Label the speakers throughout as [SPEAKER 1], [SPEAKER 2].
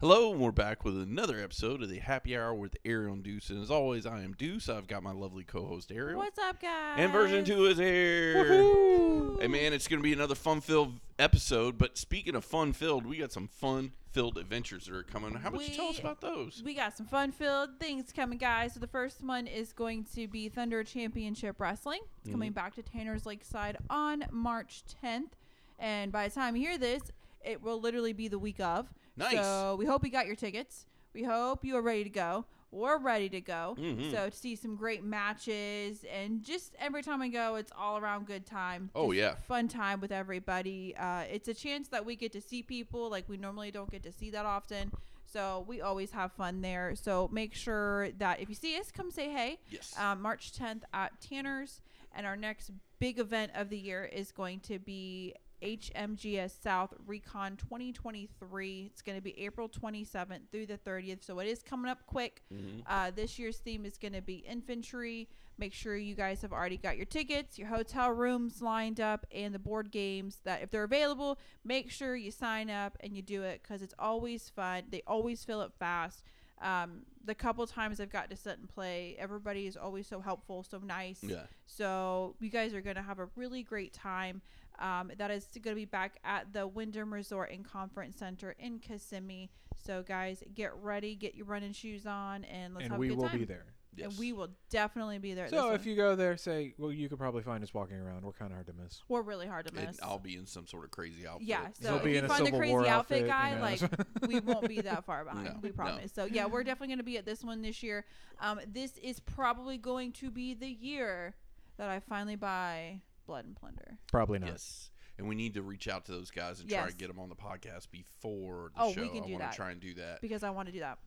[SPEAKER 1] Hello, and we're back with another episode of the Happy Hour with Ariel and Deuce. And as always, I am Deuce. I've got my lovely co-host Ariel,
[SPEAKER 2] What's up, guys?
[SPEAKER 1] and version two is here.
[SPEAKER 2] Woohoo.
[SPEAKER 1] Hey man, it's gonna be another fun-filled episode. But speaking of fun-filled, we got some fun-filled adventures that are coming. How about you tell us
[SPEAKER 2] We-
[SPEAKER 1] about those?
[SPEAKER 2] We got some fun filled things coming, guys. So, the first one is going to be Thunder Championship Wrestling. It's
[SPEAKER 1] Mm-hmm.
[SPEAKER 2] coming back to Tanner's Lakeside on March 10th. And by the time you hear this, it will literally be the week of.
[SPEAKER 1] Nice.
[SPEAKER 2] So, we hope you got your tickets. We hope you are ready to go. We're ready to go.
[SPEAKER 1] Mhm.
[SPEAKER 2] So, to see some great matches, and just every time I go, it's all around good time.
[SPEAKER 1] Oh,
[SPEAKER 2] Just
[SPEAKER 1] yeah.
[SPEAKER 2] fun time with everybody. Uh, it's a chance that we get to see people like we normally don't get to see that often. So we always have fun there. So make sure that if you see us, come say hey.
[SPEAKER 1] Yes.
[SPEAKER 2] Um, March 10th at Tanner's. And our next big event of the year is going to be HMGS South Recon 2023. It's going to be April 27th through the 30th. So it is coming up quick.
[SPEAKER 1] Mhm.
[SPEAKER 2] Uh, this year's theme is going to be infantry. Make sure you guys have already got your tickets, your hotel rooms lined up, and the board games that, if they're available, make sure you sign up and you do it because it's always fun. They always fill it fast. Um, the couple times I've gotten to sit and play, everybody is always so helpful, so nice.
[SPEAKER 1] Yeah.
[SPEAKER 2] So you guys are going to have a really great time. Um, that is going to be back at the Wyndham Resort and Conference Center in Kissimmee. So guys, get ready, get your running shoes on, and let's
[SPEAKER 3] and
[SPEAKER 2] have
[SPEAKER 3] we
[SPEAKER 2] a good
[SPEAKER 3] will
[SPEAKER 2] time.
[SPEAKER 3] be there.
[SPEAKER 1] Yes.
[SPEAKER 2] And we will definitely be there. at
[SPEAKER 3] So
[SPEAKER 2] this
[SPEAKER 3] if
[SPEAKER 2] one.
[SPEAKER 3] you go there, say, well, you could probably find us walking around. We're kind of hard to miss.
[SPEAKER 2] we're really hard to
[SPEAKER 1] And
[SPEAKER 2] miss.
[SPEAKER 1] I'll be in some sort of crazy outfit.
[SPEAKER 2] yeah,
[SPEAKER 3] He'll
[SPEAKER 2] so if
[SPEAKER 3] be
[SPEAKER 2] you
[SPEAKER 3] in a
[SPEAKER 2] find the
[SPEAKER 3] Civil
[SPEAKER 2] crazy
[SPEAKER 3] War
[SPEAKER 2] outfit,
[SPEAKER 3] outfit,
[SPEAKER 2] guy,
[SPEAKER 3] you know,
[SPEAKER 2] like we won't be that far behind.
[SPEAKER 1] No,
[SPEAKER 2] we
[SPEAKER 1] no.
[SPEAKER 2] promise. So yeah, we're definitely going to be at this one this year. Um, this is probably going to be the year that I finally buy Blood and Plunder.
[SPEAKER 3] Probably not.
[SPEAKER 1] Yes. And we need to reach out to those guys and try
[SPEAKER 2] Yes.
[SPEAKER 1] to get them on the podcast before the
[SPEAKER 2] Oh, we
[SPEAKER 1] show.
[SPEAKER 2] can
[SPEAKER 1] I
[SPEAKER 2] do
[SPEAKER 1] want
[SPEAKER 2] that.
[SPEAKER 1] to try and do that.
[SPEAKER 2] because I want to do that.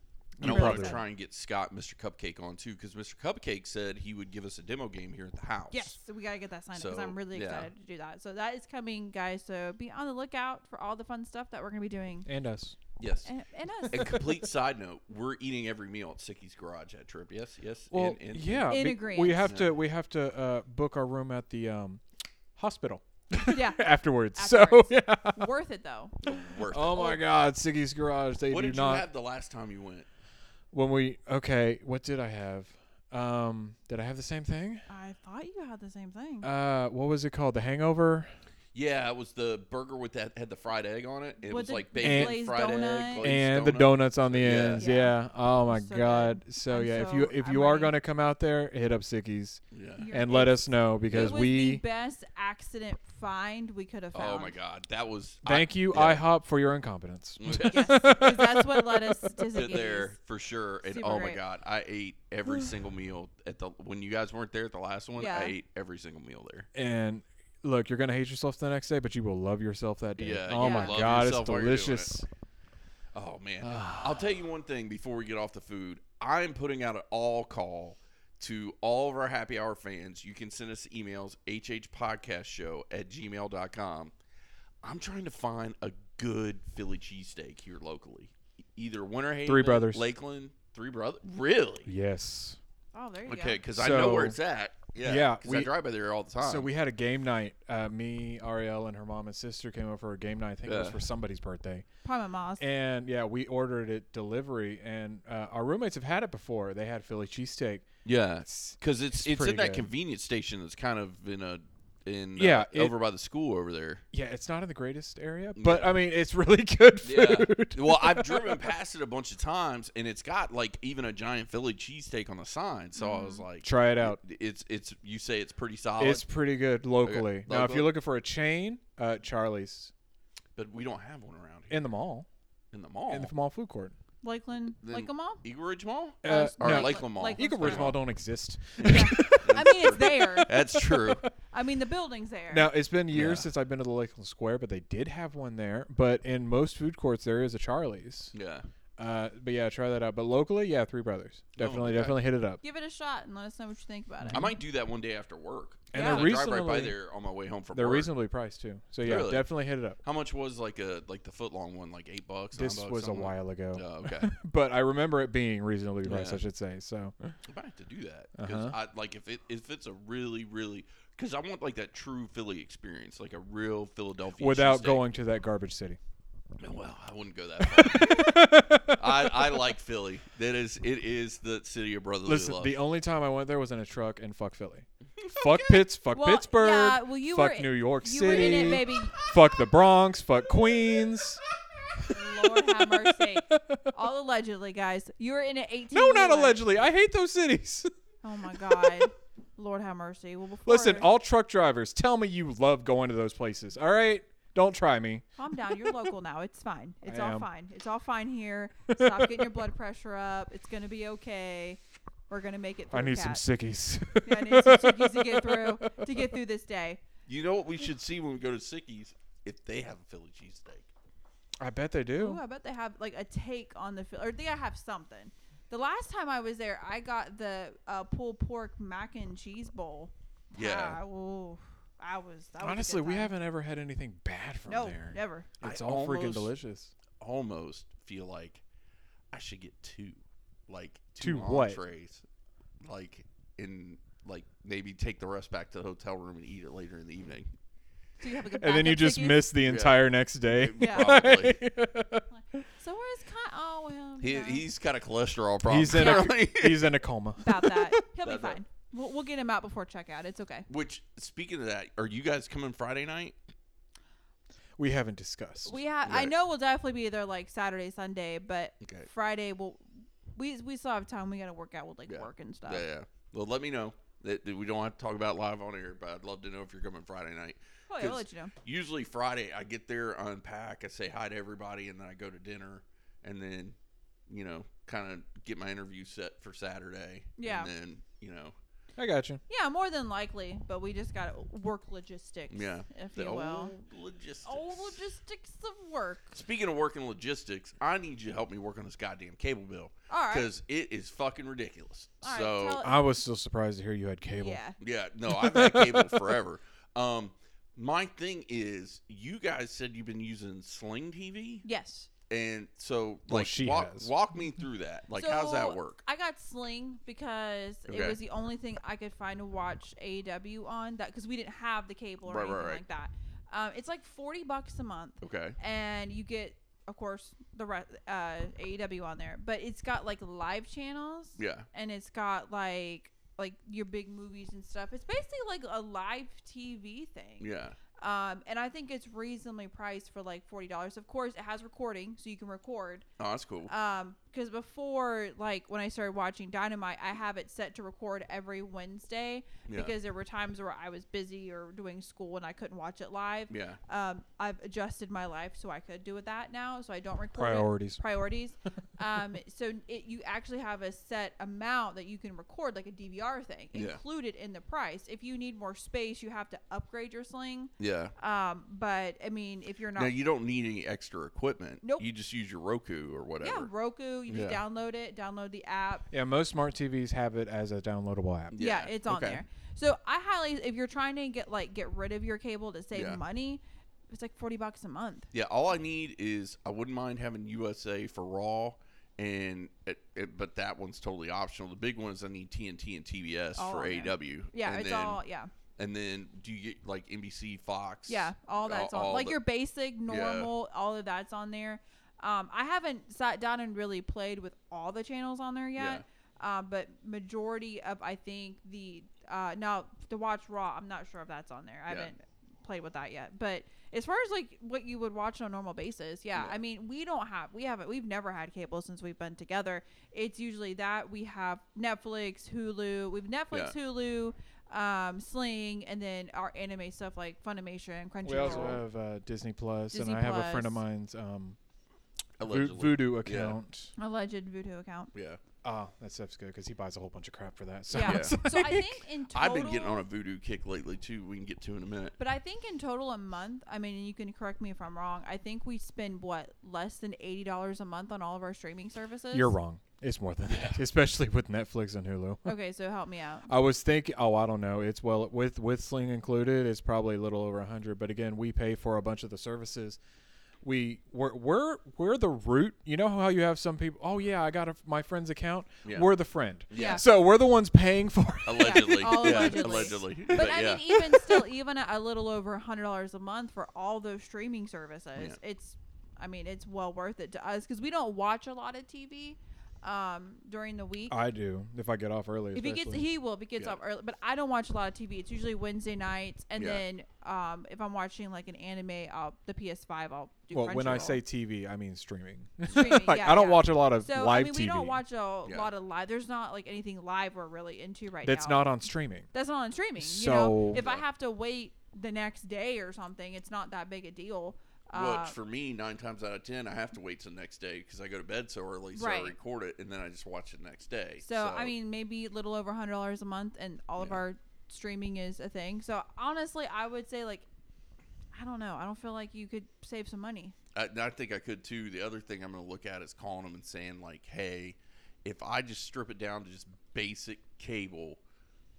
[SPEAKER 1] And I
[SPEAKER 3] Probably
[SPEAKER 1] want to
[SPEAKER 3] won't.
[SPEAKER 1] try and get Scott, Mr. Cupcake, on too, because Mr. Cupcake said he would give us a demo game here at the house.
[SPEAKER 2] Yes, so we gotta get that signed up because
[SPEAKER 1] So,
[SPEAKER 2] I'm really
[SPEAKER 1] yeah.
[SPEAKER 2] excited to do that. So that is coming, guys. So be on the lookout for all the fun stuff that we're gonna be doing.
[SPEAKER 3] And us.
[SPEAKER 1] Yes.
[SPEAKER 2] And, and us,
[SPEAKER 1] And complete side note, we're eating every meal at Sicky's Garage that trip. Yes, yes.
[SPEAKER 3] Well,
[SPEAKER 1] and, and,
[SPEAKER 3] yeah.
[SPEAKER 2] In
[SPEAKER 3] be-
[SPEAKER 2] agreement.
[SPEAKER 3] we have
[SPEAKER 1] Yeah.
[SPEAKER 3] to we have to uh, book our room at the um, hospital
[SPEAKER 2] yeah,
[SPEAKER 3] afterwards.
[SPEAKER 2] Afterwards.
[SPEAKER 3] So yeah.
[SPEAKER 2] worth it though.
[SPEAKER 1] Worth
[SPEAKER 3] Oh my God, Siggy's garage. They
[SPEAKER 1] it. What
[SPEAKER 3] do
[SPEAKER 1] did
[SPEAKER 3] not.
[SPEAKER 1] you have the last time you went?
[SPEAKER 3] When we okay, what did I have? Um, did I have the same thing?
[SPEAKER 2] I thought you had the same thing.
[SPEAKER 3] Uh, what was it called? The Hangover.
[SPEAKER 1] Yeah, it was the burger with that had the fried egg on it. and It
[SPEAKER 2] With
[SPEAKER 1] was
[SPEAKER 2] the
[SPEAKER 1] like bacon,
[SPEAKER 2] glazed
[SPEAKER 1] fried
[SPEAKER 2] donut.
[SPEAKER 1] egg, glazed
[SPEAKER 3] and the
[SPEAKER 1] donut.
[SPEAKER 3] donuts on the
[SPEAKER 1] Yeah.
[SPEAKER 3] ends.
[SPEAKER 2] Yeah.
[SPEAKER 3] Yeah. Oh my
[SPEAKER 2] So good.
[SPEAKER 3] god. So
[SPEAKER 2] I'm
[SPEAKER 3] yeah, if
[SPEAKER 2] so-
[SPEAKER 3] you if
[SPEAKER 2] I'm
[SPEAKER 3] you are
[SPEAKER 2] ready.
[SPEAKER 3] going to come out there, hit up Sickies
[SPEAKER 1] Yeah.
[SPEAKER 2] Your-
[SPEAKER 3] and let
[SPEAKER 2] it-
[SPEAKER 3] us know
[SPEAKER 2] it
[SPEAKER 3] because
[SPEAKER 2] was the
[SPEAKER 3] we
[SPEAKER 2] best accident find we could have
[SPEAKER 1] Oh
[SPEAKER 2] found.
[SPEAKER 1] my God, that was.
[SPEAKER 3] thank you
[SPEAKER 1] yeah.
[SPEAKER 3] IHOP for your incompetence.
[SPEAKER 2] Yes, 'cause that's what Oh, led us to
[SPEAKER 1] Sit
[SPEAKER 2] Ziggy's.
[SPEAKER 1] there for sure. And
[SPEAKER 2] Super
[SPEAKER 1] oh my
[SPEAKER 2] great.
[SPEAKER 1] god, I ate every single meal at the when you guys weren't there at the last one.
[SPEAKER 2] Yeah.
[SPEAKER 1] I ate every single meal there.
[SPEAKER 3] And look, you're going to hate yourself the next day, but you will love yourself that day.
[SPEAKER 1] Yeah,
[SPEAKER 3] oh
[SPEAKER 2] you
[SPEAKER 3] my
[SPEAKER 2] love
[SPEAKER 3] god, it's
[SPEAKER 1] yourself while you're doing it.
[SPEAKER 3] delicious. Ah.
[SPEAKER 1] Oh man,
[SPEAKER 3] Uh,
[SPEAKER 1] I'll tell you one thing before we get off the food. I'm putting out an all call to all of our happy hour fans. You can send us emails hhpodcastshow at gmail.com. I'm trying to find a good Philly cheesesteak here locally. E- Either Winter Haven,
[SPEAKER 3] Brothers.
[SPEAKER 1] Lakeland, Three Brothers. Really?
[SPEAKER 3] Yes.
[SPEAKER 2] Oh, there you
[SPEAKER 1] Okay,
[SPEAKER 2] go.
[SPEAKER 1] because I know where
[SPEAKER 3] So-
[SPEAKER 1] it's at. Yeah,
[SPEAKER 3] Yeah,
[SPEAKER 1] 'cause I
[SPEAKER 3] we-
[SPEAKER 1] drive by there all the time.
[SPEAKER 3] So we had a game night. Uh, me, Ariel, and her mom and sister came over for a game night. I think it was
[SPEAKER 1] Yeah.
[SPEAKER 3] for somebody's birthday.
[SPEAKER 2] Probably Moss.
[SPEAKER 3] And yeah, we ordered it delivery, and uh, our roommates have had it before. They had Philly cheesesteak.
[SPEAKER 1] yeah,
[SPEAKER 3] It's-
[SPEAKER 1] because it's it's
[SPEAKER 3] pretty
[SPEAKER 1] in that
[SPEAKER 3] good.
[SPEAKER 1] convenience station that's kind of in a in uh,
[SPEAKER 3] Yeah, it-
[SPEAKER 1] over by the school over there.
[SPEAKER 3] Yeah, it's not in the greatest area,
[SPEAKER 1] Yeah.
[SPEAKER 3] but I mean, it's really good
[SPEAKER 1] Yeah.
[SPEAKER 3] food.
[SPEAKER 1] well, I've driven past it a bunch of times, and it's got like even a giant Philly cheesesteak on the sign. So I was like,
[SPEAKER 3] Try it out.
[SPEAKER 1] It's it's you say it's pretty solid,
[SPEAKER 3] Mm-hmm. It's pretty good locally. Now, if
[SPEAKER 1] Local?
[SPEAKER 3] you're looking for a chain, uh, Charlie's
[SPEAKER 1] but we don't have one around here
[SPEAKER 3] in the mall,
[SPEAKER 1] in the mall.
[SPEAKER 3] in the mall food court.
[SPEAKER 2] Lakeland,
[SPEAKER 1] Then-
[SPEAKER 2] Lakeland Mall.
[SPEAKER 1] Eagle Ridge Mall.
[SPEAKER 3] Uh,
[SPEAKER 2] Uh,
[SPEAKER 1] or
[SPEAKER 3] no,
[SPEAKER 1] Lakeland Mall.
[SPEAKER 2] Lakeland's
[SPEAKER 3] Eagle
[SPEAKER 2] fine.
[SPEAKER 3] Ridge Mall don't exist.
[SPEAKER 2] I mean, it's there.
[SPEAKER 1] That's true.
[SPEAKER 2] I mean, the building's there.
[SPEAKER 3] Now, it's been years
[SPEAKER 1] Yeah.
[SPEAKER 3] since I've been to the Lakeland Square, but they did have one there. But in most food courts, there is a Charlie's.
[SPEAKER 1] yeah.
[SPEAKER 3] Uh, but yeah, try that out. But locally, yeah, Three Brothers. Definitely,
[SPEAKER 1] Oh, okay.
[SPEAKER 3] definitely hit it up.
[SPEAKER 2] Give it a shot and let us know what you think about it.
[SPEAKER 1] I might do that one day after work.
[SPEAKER 3] And
[SPEAKER 2] Yeah.
[SPEAKER 3] they're
[SPEAKER 1] I drive right by
[SPEAKER 3] reasonably-
[SPEAKER 1] there on my way home from
[SPEAKER 3] They're
[SPEAKER 1] work.
[SPEAKER 3] reasonably priced too. So yeah,
[SPEAKER 1] Really?
[SPEAKER 3] definitely hit it up.
[SPEAKER 1] How much was like a like the foot long one? Like eight bucks. nine
[SPEAKER 3] This
[SPEAKER 1] bucks,
[SPEAKER 3] was a
[SPEAKER 1] something like-
[SPEAKER 3] while ago.
[SPEAKER 1] Oh, okay.
[SPEAKER 3] but I remember it being reasonably priced,
[SPEAKER 1] Yeah.
[SPEAKER 3] I should say. So
[SPEAKER 1] I might have to do that because
[SPEAKER 3] Uh-huh.
[SPEAKER 1] I like if it if it's a really really because I want like that true Philly experience, like a real Philadelphia
[SPEAKER 3] without
[SPEAKER 1] cheesesteak.
[SPEAKER 3] going to that garbage city.
[SPEAKER 1] Well, I wouldn't go that far. I like Philly. That is, it is the city of brotherly
[SPEAKER 3] Listen,
[SPEAKER 1] love.
[SPEAKER 3] the only time I went there was in a truck and fuck Philly. fuck Pitts, fuck
[SPEAKER 2] Oh, Well,
[SPEAKER 3] Pittsburgh,
[SPEAKER 2] yeah, well, you
[SPEAKER 3] fuck
[SPEAKER 2] were-
[SPEAKER 3] New York
[SPEAKER 2] you were
[SPEAKER 3] City,
[SPEAKER 2] in it, baby.
[SPEAKER 3] fuck the Bronx, fuck Queens.
[SPEAKER 2] Lord have mercy. All allegedly, guys. You were in an 18.
[SPEAKER 3] No, not
[SPEAKER 2] wheeler.
[SPEAKER 3] allegedly. I hate those cities.
[SPEAKER 2] Oh my God. Lord have mercy. Well, before,
[SPEAKER 3] Listen, all truck drivers, tell me you love going to those places. All right? Don't try me.
[SPEAKER 2] calm down. You're local now. It's fine. It's
[SPEAKER 3] I
[SPEAKER 2] all
[SPEAKER 3] am.
[SPEAKER 2] fine. It's all fine here. Stop getting your blood pressure up. It's gonna be okay. We're gonna make it. Through
[SPEAKER 3] I need
[SPEAKER 2] cat.
[SPEAKER 3] some sickies.
[SPEAKER 2] Yeah, I need some sickies to get through to get through this day.
[SPEAKER 1] you know what we should see when we go to Sickies? If they have a Philly cheesesteak.
[SPEAKER 3] I bet they do.
[SPEAKER 2] Ooh, I bet they have like a take on the Philly. Or they gotta have something. The last time I was there, I got the uh, pulled pork mac and cheese bowl.
[SPEAKER 1] Yeah.
[SPEAKER 2] Ah, ooh, I was. That was a good
[SPEAKER 3] Honestly, we
[SPEAKER 2] time.
[SPEAKER 3] haven't ever had anything bad from
[SPEAKER 2] No,
[SPEAKER 3] there.
[SPEAKER 2] never.
[SPEAKER 3] It's
[SPEAKER 1] I
[SPEAKER 3] all freaking
[SPEAKER 1] almost-
[SPEAKER 3] delicious.
[SPEAKER 1] Almost feel like I should get two, like
[SPEAKER 3] Two
[SPEAKER 1] two
[SPEAKER 3] what?
[SPEAKER 1] entrees, like in like maybe take the rest back to the hotel room and eat it later in the evening.
[SPEAKER 2] So you have like a
[SPEAKER 3] And then you
[SPEAKER 2] backup
[SPEAKER 3] just
[SPEAKER 2] chicken?
[SPEAKER 3] miss the entire next day.
[SPEAKER 2] Yeah.
[SPEAKER 1] Probably.
[SPEAKER 2] So where's Con? Oh, well,
[SPEAKER 1] He,
[SPEAKER 2] yeah.
[SPEAKER 1] he's got a cholesterol problem.
[SPEAKER 3] he's in a,
[SPEAKER 1] apparently.
[SPEAKER 3] he's in a coma.
[SPEAKER 2] about that. He'll be
[SPEAKER 1] That's it.
[SPEAKER 2] fine. We'll, we'll get him out before checkout. It's okay.
[SPEAKER 1] Which, speaking of that, are you guys coming Friday night?
[SPEAKER 3] We haven't discussed.
[SPEAKER 2] We have. I
[SPEAKER 1] Right.
[SPEAKER 2] know we'll definitely be there like Saturday, Sunday, but
[SPEAKER 1] Okay.
[SPEAKER 2] Friday we'll. We, we still have time. We gotta work out with like
[SPEAKER 1] Yeah.
[SPEAKER 2] work and stuff.
[SPEAKER 1] yeah, yeah. Well, let me know. That, that we don't have to talk about it live on air, but I'd love to know if you're coming Friday night.
[SPEAKER 2] Oh, yeah, we'll
[SPEAKER 1] 'Cause
[SPEAKER 2] let you know.
[SPEAKER 1] Usually Friday, I get there, unpack, I say hi to everybody, and then I go to dinner, and then, you know, kind of get my interview set for Saturday.
[SPEAKER 2] Yeah.
[SPEAKER 1] And then, you know,
[SPEAKER 3] I got you.
[SPEAKER 2] Yeah, more than likely, but we just gotta work logistics.
[SPEAKER 1] Yeah.
[SPEAKER 2] if
[SPEAKER 1] the
[SPEAKER 2] you
[SPEAKER 1] old
[SPEAKER 2] will.
[SPEAKER 1] logistics.
[SPEAKER 2] Oh, logistics of work.
[SPEAKER 1] Speaking of working logistics, I need you to help me work on this goddamn cable bill
[SPEAKER 2] All right.
[SPEAKER 1] because it is fucking ridiculous.
[SPEAKER 2] All right,
[SPEAKER 1] so
[SPEAKER 2] tell-
[SPEAKER 3] I was still surprised to hear you had cable.
[SPEAKER 2] Uh,
[SPEAKER 1] Yeah,
[SPEAKER 2] Yeah.
[SPEAKER 1] no, I've had cable forever. Um, my thing is, you guys said you've been using Sling TV,
[SPEAKER 2] Yes.
[SPEAKER 1] and so like,
[SPEAKER 3] Well, she
[SPEAKER 1] walk,
[SPEAKER 3] has.
[SPEAKER 1] walk me through that. Like, how's
[SPEAKER 2] So,
[SPEAKER 1] that work?
[SPEAKER 2] I got Sling because it
[SPEAKER 1] Okay.
[SPEAKER 2] was the only thing I could find to watch AEW on that because we didn't have the cable or
[SPEAKER 1] Right,
[SPEAKER 2] anything
[SPEAKER 1] right,
[SPEAKER 2] like that. Um, it's like forty bucks a month,
[SPEAKER 1] Okay,
[SPEAKER 2] and you get, of course, the re- uh, AEW on there. But it's got like live channels,
[SPEAKER 1] yeah,
[SPEAKER 2] and it's got like like your big movies and stuff. It's basically like a live TV thing.
[SPEAKER 1] yeah,
[SPEAKER 2] Um, and I think it's reasonably priced for like forty dollars. Of course, it has recording, so you can record.
[SPEAKER 1] oh, that's cool.
[SPEAKER 2] Um, because before, like when I started watching Dynamite, I have it set to record every Wednesday
[SPEAKER 1] Yeah,
[SPEAKER 2] because there were times where I was busy or doing school and I couldn't watch it live.
[SPEAKER 1] yeah,
[SPEAKER 2] Um, I've adjusted my life so I could do it that now, so I don't record it-
[SPEAKER 3] Priorities.
[SPEAKER 2] priorities. um, so it, you actually have a set amount that you can record, like a DVR thing,
[SPEAKER 1] Yeah.
[SPEAKER 2] included in the price. If you need more space, you have to upgrade your sling.
[SPEAKER 1] yeah.
[SPEAKER 2] Um, but I mean, if you're not
[SPEAKER 1] Now you don't need any extra equipment.
[SPEAKER 2] Nope.
[SPEAKER 1] You just use your Roku or whatever.
[SPEAKER 2] yeah, Roku, you just
[SPEAKER 1] Yeah.
[SPEAKER 2] download it, download the app.
[SPEAKER 3] Yeah, most smart TVs have it as a downloadable app.
[SPEAKER 2] Yeah,
[SPEAKER 1] Yeah,
[SPEAKER 2] it's on
[SPEAKER 1] okay.
[SPEAKER 2] there. So I highly, if you're trying to get like get rid of your cable to save
[SPEAKER 1] Yeah.
[SPEAKER 2] money, it's like forty bucks a month.
[SPEAKER 1] Yeah, all I need is I wouldn't mind having USA for Raw, and it, it, but that one's totally optional. The big one is I need TNT and TBS
[SPEAKER 2] All
[SPEAKER 1] for
[SPEAKER 2] on there.
[SPEAKER 1] AW.
[SPEAKER 2] Oh, Yeah,
[SPEAKER 1] and
[SPEAKER 2] it's
[SPEAKER 1] then,
[SPEAKER 2] all yeah,
[SPEAKER 1] And then do you get like NBC, Fox?
[SPEAKER 2] yeah, all that's on.
[SPEAKER 1] all
[SPEAKER 2] Like
[SPEAKER 1] the-
[SPEAKER 2] your basic, normal, all of that's on there. Um, I haven't sat down and really played with all the channels on there yet. Um, but majority of I think the uh now to watch Raw, I'm not sure if that's on there. I
[SPEAKER 1] Yeah.
[SPEAKER 2] haven't played with that yet. But as far as like what you would watch on a normal basis, yeah.
[SPEAKER 1] Yeah.
[SPEAKER 2] I mean, we don't have we haven't we've never had cable since we've been together. It's usually that we have Netflix, Hulu, we've Netflix, Hulu, um, Sling, and then our anime stuff like Funimation, Crunchyroll.
[SPEAKER 3] We also have uh, Disney Plus,
[SPEAKER 2] Disney
[SPEAKER 3] and I have a friend of
[SPEAKER 2] Plus.
[SPEAKER 3] mine's um, vo-
[SPEAKER 1] Allegedly.
[SPEAKER 3] Voodoo account.
[SPEAKER 2] alleged voodoo account.
[SPEAKER 1] Yeah,
[SPEAKER 3] Ah, that stuff's good because he buys a whole bunch of crap for that. So
[SPEAKER 2] Yeah.
[SPEAKER 1] Yeah.
[SPEAKER 3] it's
[SPEAKER 2] So I
[SPEAKER 3] like-
[SPEAKER 2] think in total,
[SPEAKER 1] I've been getting on a Voodoo kick lately too. We can get to in a minute.
[SPEAKER 2] But I think in total a month, I mean, and you can correct me if I'm wrong. I think we spend what less than eighty dollars a month on all of our streaming services.
[SPEAKER 3] you're wrong. It's more than that, especially with Netflix and Hulu.
[SPEAKER 2] Okay, so help me out.
[SPEAKER 3] I was thinking, oh, I don't know. It's well with with Sling included, it's probably a little over a hundred. But again, we pay for a bunch of the services. We we're we're, we're the root. You know how you have some people. Oh yeah, I got a, my friend's account.
[SPEAKER 1] Yeah.
[SPEAKER 3] We're the friend.
[SPEAKER 2] Yeah.
[SPEAKER 3] So we're the ones paying for. it.
[SPEAKER 1] Allegedly.
[SPEAKER 2] all
[SPEAKER 1] yeah,
[SPEAKER 2] allegedly.
[SPEAKER 1] allegedly.
[SPEAKER 2] But,
[SPEAKER 1] But,
[SPEAKER 2] I
[SPEAKER 1] yeah.
[SPEAKER 2] mean, e-, even still, even at a little over hundred dollars a month for all those streaming services,
[SPEAKER 1] Yeah.
[SPEAKER 2] it's I mean, it's well worth it to us because we don't watch a lot of TV um, during the week.
[SPEAKER 3] I do if I get off early.
[SPEAKER 2] if he gets,
[SPEAKER 3] especially.
[SPEAKER 2] he will. If he gets
[SPEAKER 1] Yeah.
[SPEAKER 2] off early, but I don't watch a lot of TV. It's usually Wednesday nights, and
[SPEAKER 1] Yeah.
[SPEAKER 2] then um, if I'm watching like an anime, I'll the PS5. I'll do.
[SPEAKER 3] well, when I
[SPEAKER 2] Crunchyroll.
[SPEAKER 3] say TV, I mean streaming.
[SPEAKER 2] Streaming,
[SPEAKER 3] like
[SPEAKER 2] yeah,
[SPEAKER 3] I don't
[SPEAKER 2] yeah.
[SPEAKER 3] watch a lot of
[SPEAKER 2] so, I
[SPEAKER 3] live
[SPEAKER 2] mean,
[SPEAKER 3] TV.
[SPEAKER 2] we don't watch a
[SPEAKER 1] Yeah.
[SPEAKER 2] lot of live. There's not like anything live we're really into right
[SPEAKER 3] that's
[SPEAKER 2] now.
[SPEAKER 3] not on streaming.
[SPEAKER 2] That's not on streaming. you know,
[SPEAKER 3] So-
[SPEAKER 2] if I
[SPEAKER 1] Yeah.
[SPEAKER 2] have to wait the next day or something, it's not that big a deal. Uh,
[SPEAKER 1] Which for me, nine times out of ten, I have to wait till the next day because I go to bed so early. So
[SPEAKER 2] Right.
[SPEAKER 1] I record it and then I just watch it the next day.
[SPEAKER 2] So, I mean, maybe a little over hundred dollars a month, and all of
[SPEAKER 1] Yeah.
[SPEAKER 2] our streaming is a thing. So honestly, I would say like, I don't know. I don't feel like you could save some money.
[SPEAKER 1] I, and I think I could too. The other thing I'm going to look at is calling them and saying like, "Hey, if I just strip it down to just basic cable,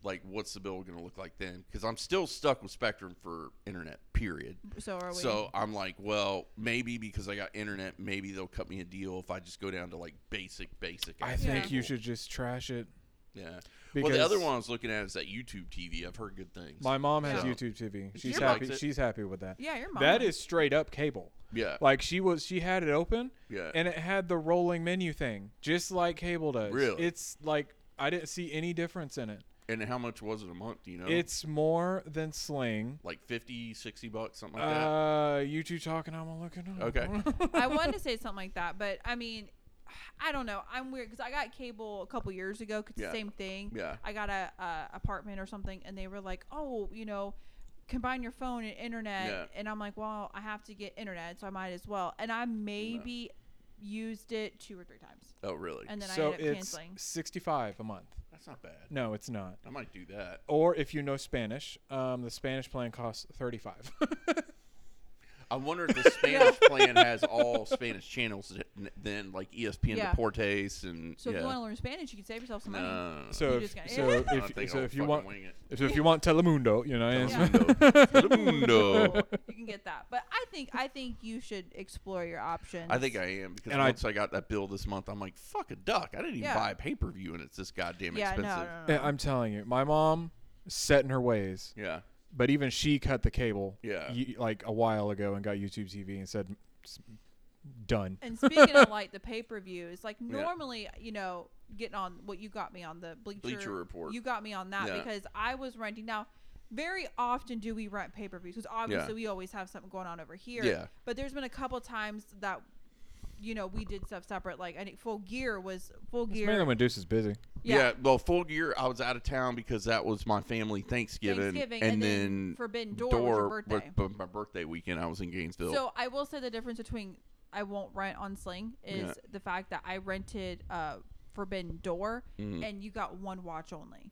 [SPEAKER 1] like what's the bill going to look like then?" Because I'm still stuck with Spectrum for internet. Period.
[SPEAKER 2] So are we?
[SPEAKER 1] So I'm like, well, maybe because I got internet, maybe they'll cut me a deal if I just go down to like basic, basic.
[SPEAKER 3] I
[SPEAKER 1] ass
[SPEAKER 3] think
[SPEAKER 1] cable.
[SPEAKER 3] you should just trash it.
[SPEAKER 1] Yeah. well, the
[SPEAKER 3] because-
[SPEAKER 1] other one I was looking at is that YouTube TV. I've heard good things.
[SPEAKER 3] My mom has
[SPEAKER 1] Yeah.
[SPEAKER 3] YouTube TV.
[SPEAKER 1] If
[SPEAKER 3] She's
[SPEAKER 1] she likes
[SPEAKER 3] happy.
[SPEAKER 1] it-
[SPEAKER 3] She's happy with that.
[SPEAKER 2] yeah, your mom.
[SPEAKER 3] That is straight up cable.
[SPEAKER 1] yeah.
[SPEAKER 3] Like she was, she had it open,
[SPEAKER 1] Yeah.
[SPEAKER 3] and it had the rolling menu thing, just like cable does.
[SPEAKER 1] Really?
[SPEAKER 3] It's like I didn't see any difference in it.
[SPEAKER 1] And how much was it a month? Do you know?
[SPEAKER 3] It's more than Sling.
[SPEAKER 1] like 50, 60 bucks, something like that.
[SPEAKER 3] Uh, you two talking, I'm looking. up.
[SPEAKER 1] Oh, Okay.
[SPEAKER 2] I wanted to say something like that, but I mean, I don't know. I'm weird because I got cable a couple years ago. 'cause it's
[SPEAKER 1] Yeah.
[SPEAKER 2] the same thing.
[SPEAKER 1] Yeah.
[SPEAKER 2] I got a, a apartment or something, and they were like, "Oh, you know, combine your phone and internet."
[SPEAKER 1] Yeah.
[SPEAKER 2] And I'm like, "Well, I have to get internet, so I might as well." And I maybe used it two or three times,
[SPEAKER 1] Oh, really?
[SPEAKER 2] and then
[SPEAKER 3] so
[SPEAKER 2] I ended up
[SPEAKER 3] it's
[SPEAKER 2] canceling.
[SPEAKER 3] 65 a month.
[SPEAKER 1] That's not bad.
[SPEAKER 3] No, it's not.
[SPEAKER 1] I might do that.
[SPEAKER 3] Or if you know Spanish, um, the Spanish plan costs 35.
[SPEAKER 1] I wonder if the Spanish plan has all Spanish channels n- then, like E ESPN
[SPEAKER 2] Yeah.
[SPEAKER 1] Deportes and
[SPEAKER 2] So
[SPEAKER 1] yeah.
[SPEAKER 2] if you want to learn Spanish, you can save yourself some money.
[SPEAKER 1] no.
[SPEAKER 3] so
[SPEAKER 2] just gotta-
[SPEAKER 3] if, so
[SPEAKER 2] I
[SPEAKER 1] I
[SPEAKER 3] if
[SPEAKER 1] think
[SPEAKER 3] so
[SPEAKER 1] I'll
[SPEAKER 3] if you
[SPEAKER 1] fucking
[SPEAKER 3] want
[SPEAKER 1] wing it.
[SPEAKER 3] if, if you want Telemundo, you know, it's-
[SPEAKER 2] Yeah.
[SPEAKER 1] Telemundo. Telemundo.
[SPEAKER 2] You can get that, but I think I think you should explore your options.
[SPEAKER 1] I think I am because
[SPEAKER 3] And I-
[SPEAKER 1] once I, got that bill this month, I'm like, fuck a duck. I didn't even
[SPEAKER 2] Yeah.
[SPEAKER 1] buy a pay per view, and it's this goddamn
[SPEAKER 2] yeah, no,
[SPEAKER 1] expensive.
[SPEAKER 2] no, no,
[SPEAKER 3] Yeah, I'm telling you, my mom set in her ways,
[SPEAKER 1] Yeah,
[SPEAKER 3] but even she cut the cable,
[SPEAKER 1] Yeah.
[SPEAKER 3] y- like a while ago and got YouTube TV and said, "S- done.
[SPEAKER 2] And speaking of like the pay per views, like normally, you know, getting on what you got me on the bleacher,
[SPEAKER 1] Bleacher Report.
[SPEAKER 2] You got me on that
[SPEAKER 1] Yeah.
[SPEAKER 2] because I was renting. Now, very often do we rent pay per views because obviously we always have something going on over here.
[SPEAKER 1] Yeah.
[SPEAKER 2] But there's been a couple times that, you know, we did stuff separate. Like I think Full Gear was Full
[SPEAKER 3] It's mainly
[SPEAKER 2] Gear.
[SPEAKER 3] when Deuce is busy.
[SPEAKER 1] yeah, Well, full gear. I was out of town because that was my family Thanksgiving,
[SPEAKER 2] Thanksgiving,
[SPEAKER 1] and,
[SPEAKER 2] and
[SPEAKER 1] then,
[SPEAKER 2] then Forbidden Door was
[SPEAKER 1] Door
[SPEAKER 2] your birthday.
[SPEAKER 1] but- but my birthday weekend, I was in Gainesville.
[SPEAKER 2] So I will say the difference between I won't rent on Sling is
[SPEAKER 1] Yeah.
[SPEAKER 2] the fact that I rented uh, Forbidden Door
[SPEAKER 1] Mm.
[SPEAKER 2] and you got one watch only.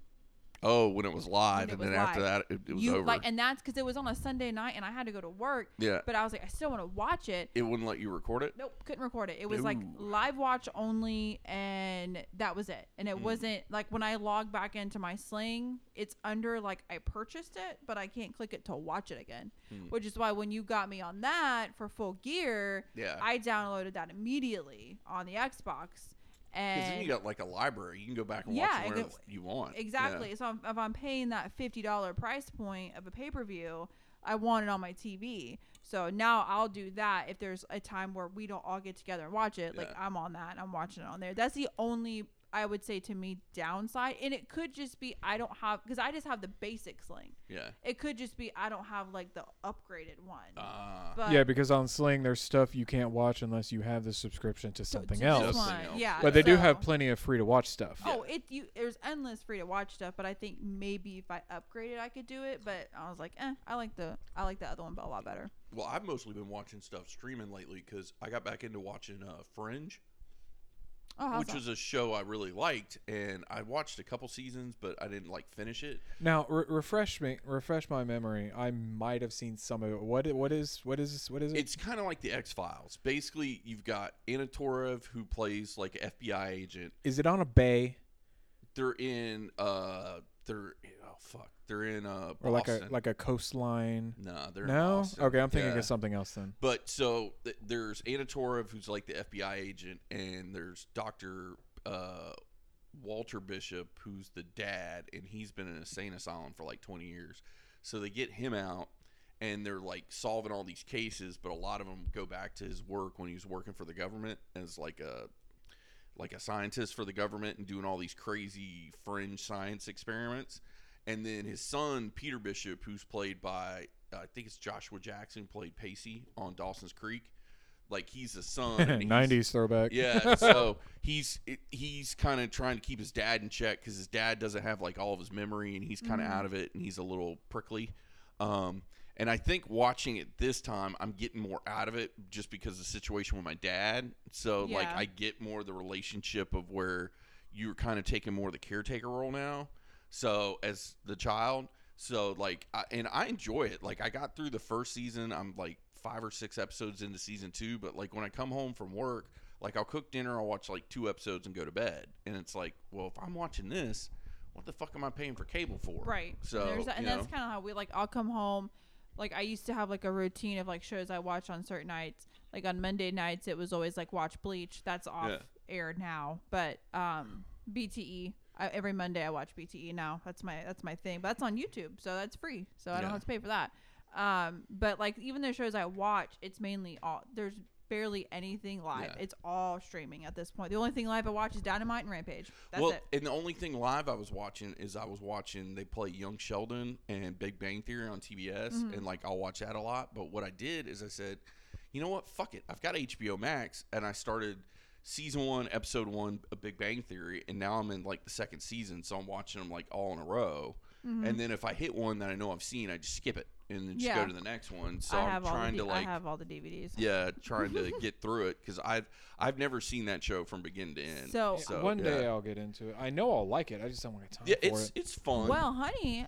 [SPEAKER 1] oh, when it was live,
[SPEAKER 2] When it
[SPEAKER 1] and
[SPEAKER 2] was
[SPEAKER 1] then after that,
[SPEAKER 2] live.
[SPEAKER 1] it, it was
[SPEAKER 2] you
[SPEAKER 1] over.
[SPEAKER 2] like and that's because it was on a sunday night and i had to go to work
[SPEAKER 1] Yeah.
[SPEAKER 2] but i was like i still want to watch it
[SPEAKER 1] it wouldn't let you record it.
[SPEAKER 2] nope couldn't record it it was like
[SPEAKER 1] Ooh.
[SPEAKER 2] live watch only and that was it and it
[SPEAKER 1] Mm.
[SPEAKER 2] wasn't like when i log back into my sling it's under like i purchased it but i can't click it to watch it again
[SPEAKER 1] Hmm.
[SPEAKER 2] which is why when you got me on that for full gear
[SPEAKER 1] Yeah.
[SPEAKER 2] i downloaded that immediately on the xbox and
[SPEAKER 1] Because then you got like a library. You can go back and
[SPEAKER 2] Yeah,
[SPEAKER 1] watch it
[SPEAKER 2] it
[SPEAKER 1] whenever
[SPEAKER 2] go-
[SPEAKER 1] you want. Yeah.
[SPEAKER 2] Exactly. So I'm, if I'm paying that fifty dollar price point of a pay per view, I want it on my TV. So now I'll do that if there's a time where we don't all get together and watch it. Like
[SPEAKER 1] Yeah.
[SPEAKER 2] I'm on that and I'm watching it on there. That's the only I would say to me downside, and it could just be I don't have because I just have the basic sling.
[SPEAKER 1] Yeah.
[SPEAKER 2] It could just be I don't have like the upgraded one.
[SPEAKER 1] Ah.
[SPEAKER 2] but
[SPEAKER 3] yeah, because on Sling, there's stuff you can't watch unless you have the subscription to something
[SPEAKER 2] to
[SPEAKER 3] else.
[SPEAKER 2] This
[SPEAKER 1] Something
[SPEAKER 2] one,
[SPEAKER 1] else.
[SPEAKER 2] yeah.
[SPEAKER 3] But they do
[SPEAKER 2] so-
[SPEAKER 3] have plenty of free to watch stuff.
[SPEAKER 2] Oh, it you there's endless free to watch stuff, but I think maybe if I upgraded I could do it, but I was like, eh, I like the I like the other one a lot better.
[SPEAKER 1] Well, I've mostly been watching stuff streaming lately because I got back into watching uh, Fringe.
[SPEAKER 2] Oh, how's
[SPEAKER 1] which
[SPEAKER 2] that?
[SPEAKER 1] was a show I really liked, and I watched a couple seasons, but I didn't like finish it.
[SPEAKER 3] Now re- refresh me, refresh my memory. I might have seen some of it. What? i- What is? What is? What
[SPEAKER 2] Mm.
[SPEAKER 3] is it?
[SPEAKER 1] It's kind of like the X Files. Basically, you've got Anna Torv who plays like an FBI agent.
[SPEAKER 3] Is it on a bay
[SPEAKER 1] They're in uh, they're oh fuck, they're in uh, Boston.
[SPEAKER 3] or like a like a coastline?
[SPEAKER 1] nah, they're
[SPEAKER 3] No.
[SPEAKER 1] In Boston.
[SPEAKER 3] Okay, I'm thinking
[SPEAKER 1] Yeah.
[SPEAKER 3] of something else then.
[SPEAKER 1] But so th- there's Anna Torv, who's like the FBI agent, and there's Doctor uh, Walter Bishop, who's the dad, and he's been in a sane asylum for like 20 years. So they get him out, and they're like solving all these cases, but a lot of them go back to his work when he was working for the government as like a like a scientist for the government and doing all these crazy fringe science experiments. And then his son Peter Bishop, who's played by I think it's Joshua Jackson, played Pacey on Dawson's Creek. Like he's the son. and he's-
[SPEAKER 3] 90s throwback.
[SPEAKER 1] yeah, so he's it- he's kind of trying to keep his dad in check because his dad doesn't have like all of his memory and he's kind of out of it and he's a little prickly. Um, and I think watching it this time, I'm getting more out of it just because of the situation with my dad. So like
[SPEAKER 2] Yeah.
[SPEAKER 1] I get more the relationship of where you're kind of taking more of the caretaker role now. So as the child, so like, I, and I enjoy it. Like I got through the first season. I'm like five or six episodes into season two. But like when I come home from work, like I'll cook dinner, I'll watch like two episodes and go to bed. And it's like, well, if I'm watching this, what the fuck am I paying for cable for?
[SPEAKER 2] Right.
[SPEAKER 1] So
[SPEAKER 2] There's that- and
[SPEAKER 1] you know,
[SPEAKER 2] that's kind of how we like. I'll come home. Like I used to have like a routine of like shows I watch on certain nights. Like on Monday nights, it was always like watch Bleach. That's off
[SPEAKER 1] Yeah.
[SPEAKER 2] air now, but um BTE. I, every Monday I watch BTE now. That's my that's my thing. But that's on YouTube, so that's free. So I don't
[SPEAKER 1] Yeah.
[SPEAKER 2] have to pay for that. Um, but like even the shows I watch, it's mainly all there's barely anything live.
[SPEAKER 1] Yeah.
[SPEAKER 2] It's all streaming at this point. The only thing live I watch is Dynamite and Rampage. That's
[SPEAKER 1] well,
[SPEAKER 2] it.
[SPEAKER 1] and the only thing live I was watching is I was watching they play Young Sheldon and Big Bang Theory on TBS,
[SPEAKER 2] Mm-hmm.
[SPEAKER 1] and like I'll watch that a lot. But what I did is I said, you know what, fuck it, I've got HBO Max, and I started season one, episode one of Big Bang Theory, and now I'm in like the second season, so I'm watching them like all in a row.
[SPEAKER 2] Mm-hmm.
[SPEAKER 1] And then if I hit one that I know I've seen, I just skip it and then just
[SPEAKER 2] Yeah.
[SPEAKER 1] go to the next one. So
[SPEAKER 2] I
[SPEAKER 1] I'm
[SPEAKER 2] have all the
[SPEAKER 1] trying
[SPEAKER 2] D-
[SPEAKER 1] to like
[SPEAKER 2] I have all the DVDs.
[SPEAKER 1] yeah, trying to get through it because I've I've never seen that show from begin to end.
[SPEAKER 2] So-
[SPEAKER 3] Oh, One day
[SPEAKER 1] yeah.
[SPEAKER 3] I'll get into it. I know I'll like it. I just don't want to time
[SPEAKER 1] yeah,
[SPEAKER 3] for
[SPEAKER 1] it's
[SPEAKER 3] it.
[SPEAKER 1] it's fun.
[SPEAKER 2] Well, honey,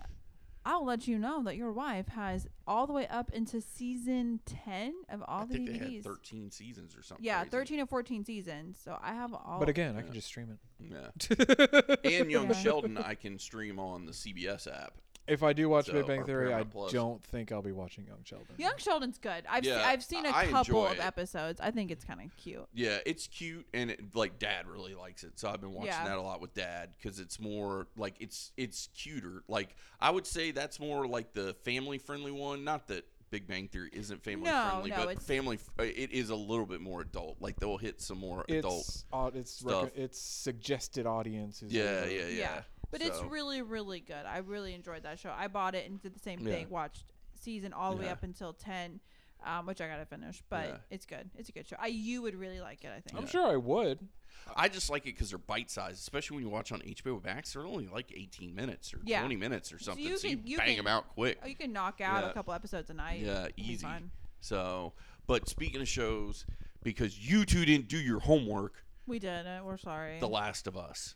[SPEAKER 2] I'll let you know that your wife has all the way up into season 10 of all
[SPEAKER 1] I
[SPEAKER 2] the
[SPEAKER 1] think
[SPEAKER 2] DVDs.
[SPEAKER 1] they had 13 seasons or something.
[SPEAKER 2] yeah,
[SPEAKER 1] crazy.
[SPEAKER 2] 13 or 14 seasons. So I have all.
[SPEAKER 3] But again, I can just stream
[SPEAKER 1] Yeah.
[SPEAKER 3] it.
[SPEAKER 1] Oh, And Young
[SPEAKER 2] Yeah.
[SPEAKER 1] Sheldon, I can stream on the CBS app.
[SPEAKER 3] if I do watch
[SPEAKER 1] So,
[SPEAKER 3] Big Bang
[SPEAKER 1] or
[SPEAKER 3] Theory, I
[SPEAKER 1] Paramount Plus.
[SPEAKER 3] don't think I'll be watching Young Sheldon.
[SPEAKER 2] Young Sheldon's good. I've,
[SPEAKER 1] Yeah,
[SPEAKER 2] se- I've seen a
[SPEAKER 1] I- I
[SPEAKER 2] couple
[SPEAKER 1] enjoy
[SPEAKER 2] of
[SPEAKER 1] it.
[SPEAKER 2] episodes. I think it's kind of cute.
[SPEAKER 1] Yeah, it's cute and it, like dad really likes it. So I've been watching
[SPEAKER 2] Yeah.
[SPEAKER 1] that a lot with dad cuz it's more like it's it's cuter. Like I would say that's more like the family friendly one, not that Big Bang Theory isn't family
[SPEAKER 2] No,
[SPEAKER 1] friendly,
[SPEAKER 2] no,
[SPEAKER 1] but
[SPEAKER 2] it's-
[SPEAKER 1] family f- uh, it is a little bit more adult. Like they'll hit some more adult.
[SPEAKER 3] It's uh, it's rec-
[SPEAKER 1] stuff.
[SPEAKER 3] it's suggested audiences.
[SPEAKER 1] Yeah, yeah, yeah.
[SPEAKER 2] But it's
[SPEAKER 1] So,
[SPEAKER 2] really, really good. I really enjoyed that show. I bought it and did the same
[SPEAKER 1] Yeah.
[SPEAKER 2] thing. Watched season all the way
[SPEAKER 1] Yeah.
[SPEAKER 2] up until 10. Um, which I gotta finish, but
[SPEAKER 1] Yeah.
[SPEAKER 2] it's good. It's a good show. I you would really like it, I think.
[SPEAKER 3] I'm sure I would.
[SPEAKER 1] I just like it cuz they're bite-sized, especially when you watch on HBO Max, they're only like 18 minutes or
[SPEAKER 2] Yeah.
[SPEAKER 1] 20 minutes or something. So
[SPEAKER 2] you
[SPEAKER 1] you,
[SPEAKER 2] can- you
[SPEAKER 1] bang
[SPEAKER 2] can-
[SPEAKER 1] them out quick.
[SPEAKER 2] Oh, you can knock out a
[SPEAKER 1] Yeah.
[SPEAKER 2] couple episodes a night.
[SPEAKER 1] Yeah,
[SPEAKER 2] It'll be
[SPEAKER 1] easy.
[SPEAKER 2] fine.
[SPEAKER 1] So, but speaking of shows, because you two didn't do your homework,
[SPEAKER 2] We did it. We're sorry.
[SPEAKER 1] The Last of Us,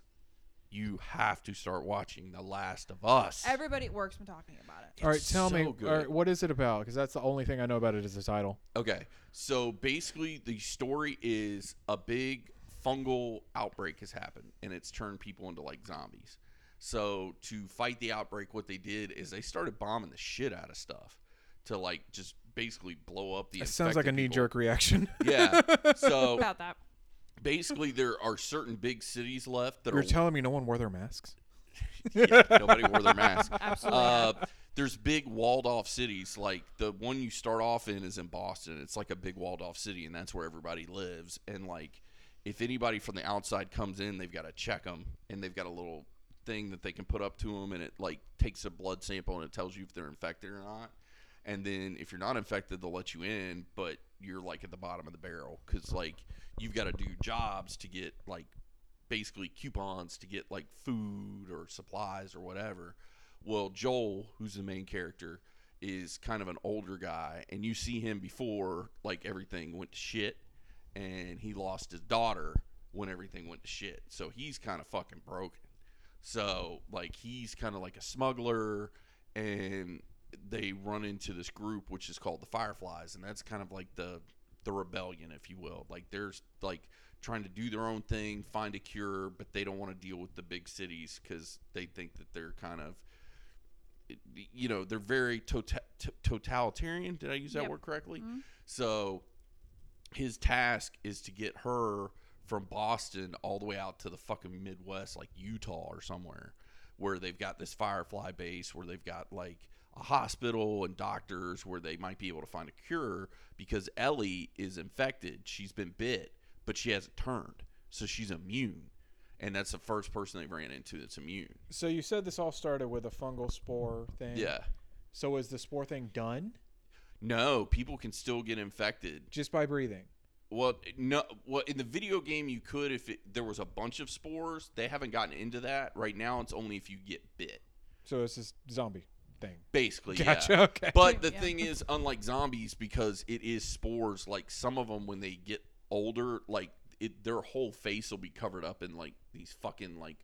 [SPEAKER 1] you have to start watching The Last of Us.
[SPEAKER 2] Everybody at work's been talking about it.
[SPEAKER 3] all right,
[SPEAKER 1] It's
[SPEAKER 3] tell me.
[SPEAKER 1] so good.
[SPEAKER 3] All right, what is it about? Because that's the only thing I know about it is the title.
[SPEAKER 1] Okay. So basically, the story is a big fungal outbreak has happened and it's turned people into like zombies. So to fight the outbreak, what they did is they started bombing the shit out of stuff to like just basically blow up the.
[SPEAKER 3] It sounds like a knee
[SPEAKER 1] infected people.
[SPEAKER 3] jerk reaction.
[SPEAKER 1] Yeah. So
[SPEAKER 2] About that.
[SPEAKER 1] basically there are certain big cities left that
[SPEAKER 3] You're
[SPEAKER 1] are
[SPEAKER 3] telling me no one wore their masks?
[SPEAKER 1] yeah, nobody wore their mask.
[SPEAKER 2] Absolutely.
[SPEAKER 1] Uh, there's big walled off cities like the one you start off in is in Boston. It's like a big walled off city, and that's where everybody lives. And like, if anybody from the outside comes in, they've got to check them, and they've got a little thing that they can put up to them, and it like takes a blood sample and it tells you if they're infected or not. And then if you're not infected, they'll let you in, but you're like at the bottom of the barrel because like you've got to do jobs to get like basically coupons to get like food or supplies or whatever. Well, Joel, who's the main character, is kind of an older guy, and you see him before like everything went to shit, and he lost his daughter when everything went to shit. So he's kind of fucking broken. So like he's kind of like a smuggler, and they run into this group which is called the Fireflies, and that's kind of like the the rebellion, if you will. Like there's like trying to do their own thing, find a cure, but they don't want to deal with the big cities because they think that they're kind of you know they're very tota- t- totalitarian. Did I use that
[SPEAKER 2] Yep.
[SPEAKER 1] word correctly? So his task is to get her from Boston all the way out to the fucking Midwest, like Utah or somewhere, where they've got this Firefly base, where they've got like a hospital and doctors where they might be able to find a cure because Ellie is infected. She's been bit, but she hasn't turned, so she's immune. And that's the first person they ran into that's immune.
[SPEAKER 3] So you said this all started with a fungal spore thing.
[SPEAKER 1] Yeah.
[SPEAKER 3] So is the spore thing done
[SPEAKER 1] No, people can still get infected.
[SPEAKER 3] just by breathing?
[SPEAKER 1] Well, no. Well, in the video game, you could if it, there was a bunch of spores. They haven't gotten into that right now. It's only if you get bit,
[SPEAKER 3] So it's this zombie thing.
[SPEAKER 1] basically. yeah.
[SPEAKER 3] Gotcha. Okay.
[SPEAKER 1] But the
[SPEAKER 2] Yeah.
[SPEAKER 1] thing is, unlike zombies, because it is spores. Like some of them, when they get older, like it, their whole face will be covered up in like these fucking like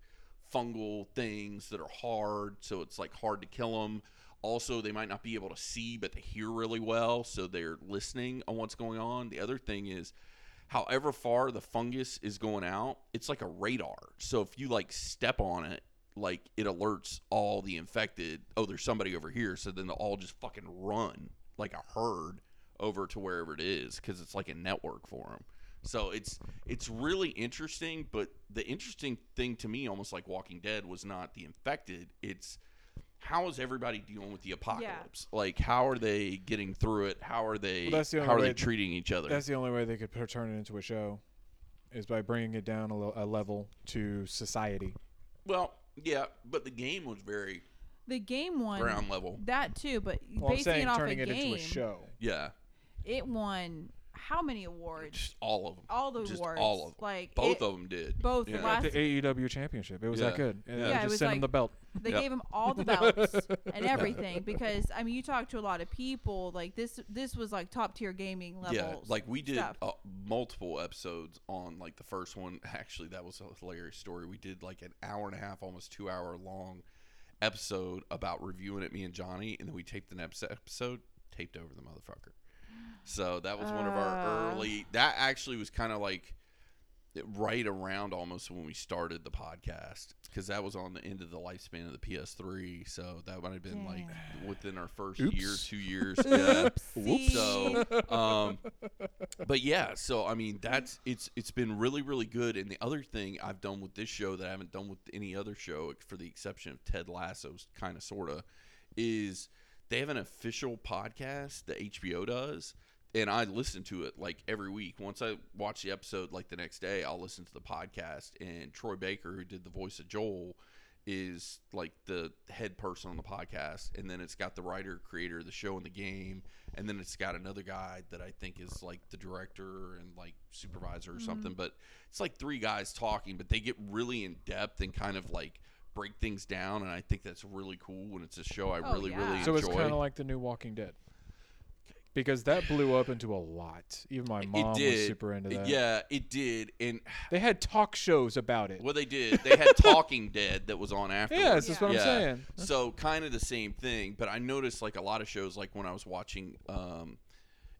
[SPEAKER 1] fungal things that are hard. So it's like hard to kill them. Also, they might not be able to see, but they hear really well, so they're listening on what's going on. The other thing is, however far the fungus is going out, it's like a radar. So if you like step on it, like it alerts all the infected, oh, there's somebody over here. So then they'll all just fucking run like a herd over to wherever it is because it's like a network for them. So it's it's really interesting, but the interesting thing to me, almost like Walking Dead, was not the infected. It's how is everybody dealing with the apocalypse? Like, how are they getting through it? How are they?
[SPEAKER 3] Well, that's the
[SPEAKER 1] how
[SPEAKER 3] only
[SPEAKER 1] are they
[SPEAKER 3] way-
[SPEAKER 1] treating each other?
[SPEAKER 3] That's the only way they could put- turn it into a show, is by bringing it down a, lo- a level to society.
[SPEAKER 1] Well, yeah, but the game was very
[SPEAKER 2] The game won
[SPEAKER 1] ground level.
[SPEAKER 2] that too, but
[SPEAKER 3] Well, I'm
[SPEAKER 2] basing
[SPEAKER 3] saying
[SPEAKER 2] it off
[SPEAKER 3] turning
[SPEAKER 2] a
[SPEAKER 3] it
[SPEAKER 2] game,
[SPEAKER 3] into a show.
[SPEAKER 1] Yeah,
[SPEAKER 2] it won how many awards?
[SPEAKER 1] just all of them.
[SPEAKER 2] All the
[SPEAKER 1] just
[SPEAKER 2] awards,
[SPEAKER 1] all of them.
[SPEAKER 2] like
[SPEAKER 1] Both
[SPEAKER 2] it-
[SPEAKER 1] of them did.
[SPEAKER 2] both
[SPEAKER 1] Yeah.
[SPEAKER 2] the last
[SPEAKER 3] The AEW championship. It was
[SPEAKER 1] Yeah.
[SPEAKER 3] that good. And
[SPEAKER 1] Yeah.
[SPEAKER 3] they
[SPEAKER 2] Yeah, it
[SPEAKER 3] just
[SPEAKER 2] was
[SPEAKER 3] sent
[SPEAKER 2] like-
[SPEAKER 3] them the belt.
[SPEAKER 2] They
[SPEAKER 1] Yep.
[SPEAKER 2] gave him all the belts and everything because I mean you talk to a lot of people like this this was like top tier gaming level.
[SPEAKER 1] yeah, like we did
[SPEAKER 2] stuff.
[SPEAKER 1] uh, multiple episodes on like the first one. Actually, that was a hilarious story. We did like an hour and a half, almost two hour long episode about reviewing it, me and Johnny, and then we taped the next episode, taped over the motherfucker. So that was one of our
[SPEAKER 2] Uh.
[SPEAKER 1] early. That actually was kind of like right around almost when we started the podcast because that was on the end of the lifespan of the PS3. So that might have been like within our first year,
[SPEAKER 3] Oops.
[SPEAKER 1] two years. Yeah.
[SPEAKER 2] Whoops.
[SPEAKER 1] So, um, but yeah, so I mean, that's it's it's been really really good. And the other thing I've done with this show that I haven't done with any other show, for the exception of Ted Lasso's kind of sorta, is they have an official podcast that HBO does, and I listen to it like every week. Once I watch the episode, like the next day, I'll listen to the podcast. And Troy Baker, who did the voice of Joel, is like the head person on the podcast, and then it's got the writer, creator of the show and the game, and then it's got another guy that I think is like the director and like supervisor or something. But it's like three guys talking, but they get really in depth and kind of like break things down, and I think that's really cool. And it's a show I
[SPEAKER 2] Oh,
[SPEAKER 1] really,
[SPEAKER 2] yeah.
[SPEAKER 1] really
[SPEAKER 3] So
[SPEAKER 1] enjoy.
[SPEAKER 3] it's kind of like the new Walking Dead. Because that blew up into a lot. Even my mom was super into
[SPEAKER 1] It-
[SPEAKER 3] that.
[SPEAKER 1] Yeah, it did. And
[SPEAKER 3] They had talk shows about it.
[SPEAKER 1] well, they did. They had Talking Dead that was on after.
[SPEAKER 3] yeah, that's
[SPEAKER 2] Yeah.
[SPEAKER 3] what I'm
[SPEAKER 1] Yeah.
[SPEAKER 3] saying.
[SPEAKER 1] so kind of the same thing but i noticed like a lot of shows like when i was watching um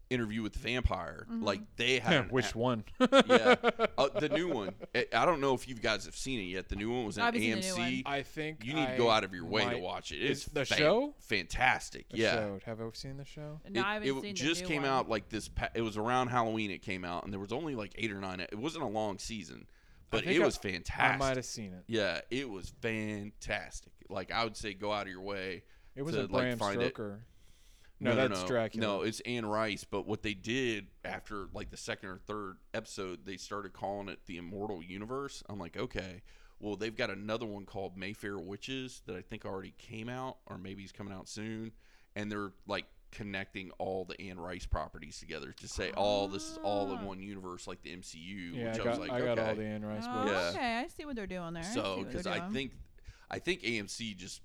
[SPEAKER 1] interview with the vampire
[SPEAKER 2] Mm-hmm.
[SPEAKER 1] like they had an
[SPEAKER 3] Which
[SPEAKER 1] a-
[SPEAKER 3] one?
[SPEAKER 1] yeah uh, the new one I- i don't know if you guys have seen it yet the new one was
[SPEAKER 2] I
[SPEAKER 1] on
[SPEAKER 2] haven't seen the
[SPEAKER 1] amc
[SPEAKER 2] new
[SPEAKER 3] I think
[SPEAKER 1] you need to
[SPEAKER 3] I
[SPEAKER 1] go out of your way to
[SPEAKER 3] might-
[SPEAKER 1] watch it
[SPEAKER 3] Is
[SPEAKER 1] it's
[SPEAKER 3] the show?
[SPEAKER 1] fantastic
[SPEAKER 3] The
[SPEAKER 1] yeah
[SPEAKER 3] show. Have I seen the show?
[SPEAKER 2] no, I haven't
[SPEAKER 1] it
[SPEAKER 2] seen the
[SPEAKER 1] just
[SPEAKER 2] new
[SPEAKER 1] came
[SPEAKER 2] one.
[SPEAKER 1] out like this. Pa- it was around Halloween. It came out, and there was only like eight or nine. It wasn't a long season, but
[SPEAKER 3] think
[SPEAKER 1] it
[SPEAKER 3] I-
[SPEAKER 1] was
[SPEAKER 3] I
[SPEAKER 1] fantastic.
[SPEAKER 3] might have seen it.
[SPEAKER 1] Yeah, it was fantastic. Like I would say, go out of your way.
[SPEAKER 3] It was
[SPEAKER 1] to,
[SPEAKER 3] a
[SPEAKER 1] like,
[SPEAKER 3] Bram
[SPEAKER 1] find it.
[SPEAKER 3] Stoker. No, that's
[SPEAKER 1] no.
[SPEAKER 3] Dracula.
[SPEAKER 1] No, it's Anne Rice. But what they did after like the second or third episode, they started calling it the Immortal Universe. I'm like, okay, well they've got another one called Mayfair Witches that I think already came out, or maybe is coming out soon, and they're like connecting all the Anne Rice properties together to say, oh, this is all in
[SPEAKER 2] Ah.
[SPEAKER 1] one universe, like the MCU.
[SPEAKER 3] yeah, I
[SPEAKER 1] which I,
[SPEAKER 3] got,
[SPEAKER 1] was like,
[SPEAKER 3] I got
[SPEAKER 1] okay.
[SPEAKER 3] all the Anne Rice
[SPEAKER 2] Oh,
[SPEAKER 3] books.
[SPEAKER 1] Yeah.
[SPEAKER 2] Okay, I see what they're doing there. I see
[SPEAKER 1] So
[SPEAKER 2] what
[SPEAKER 1] because
[SPEAKER 2] they're
[SPEAKER 1] I
[SPEAKER 2] doing.
[SPEAKER 1] think I think AMC just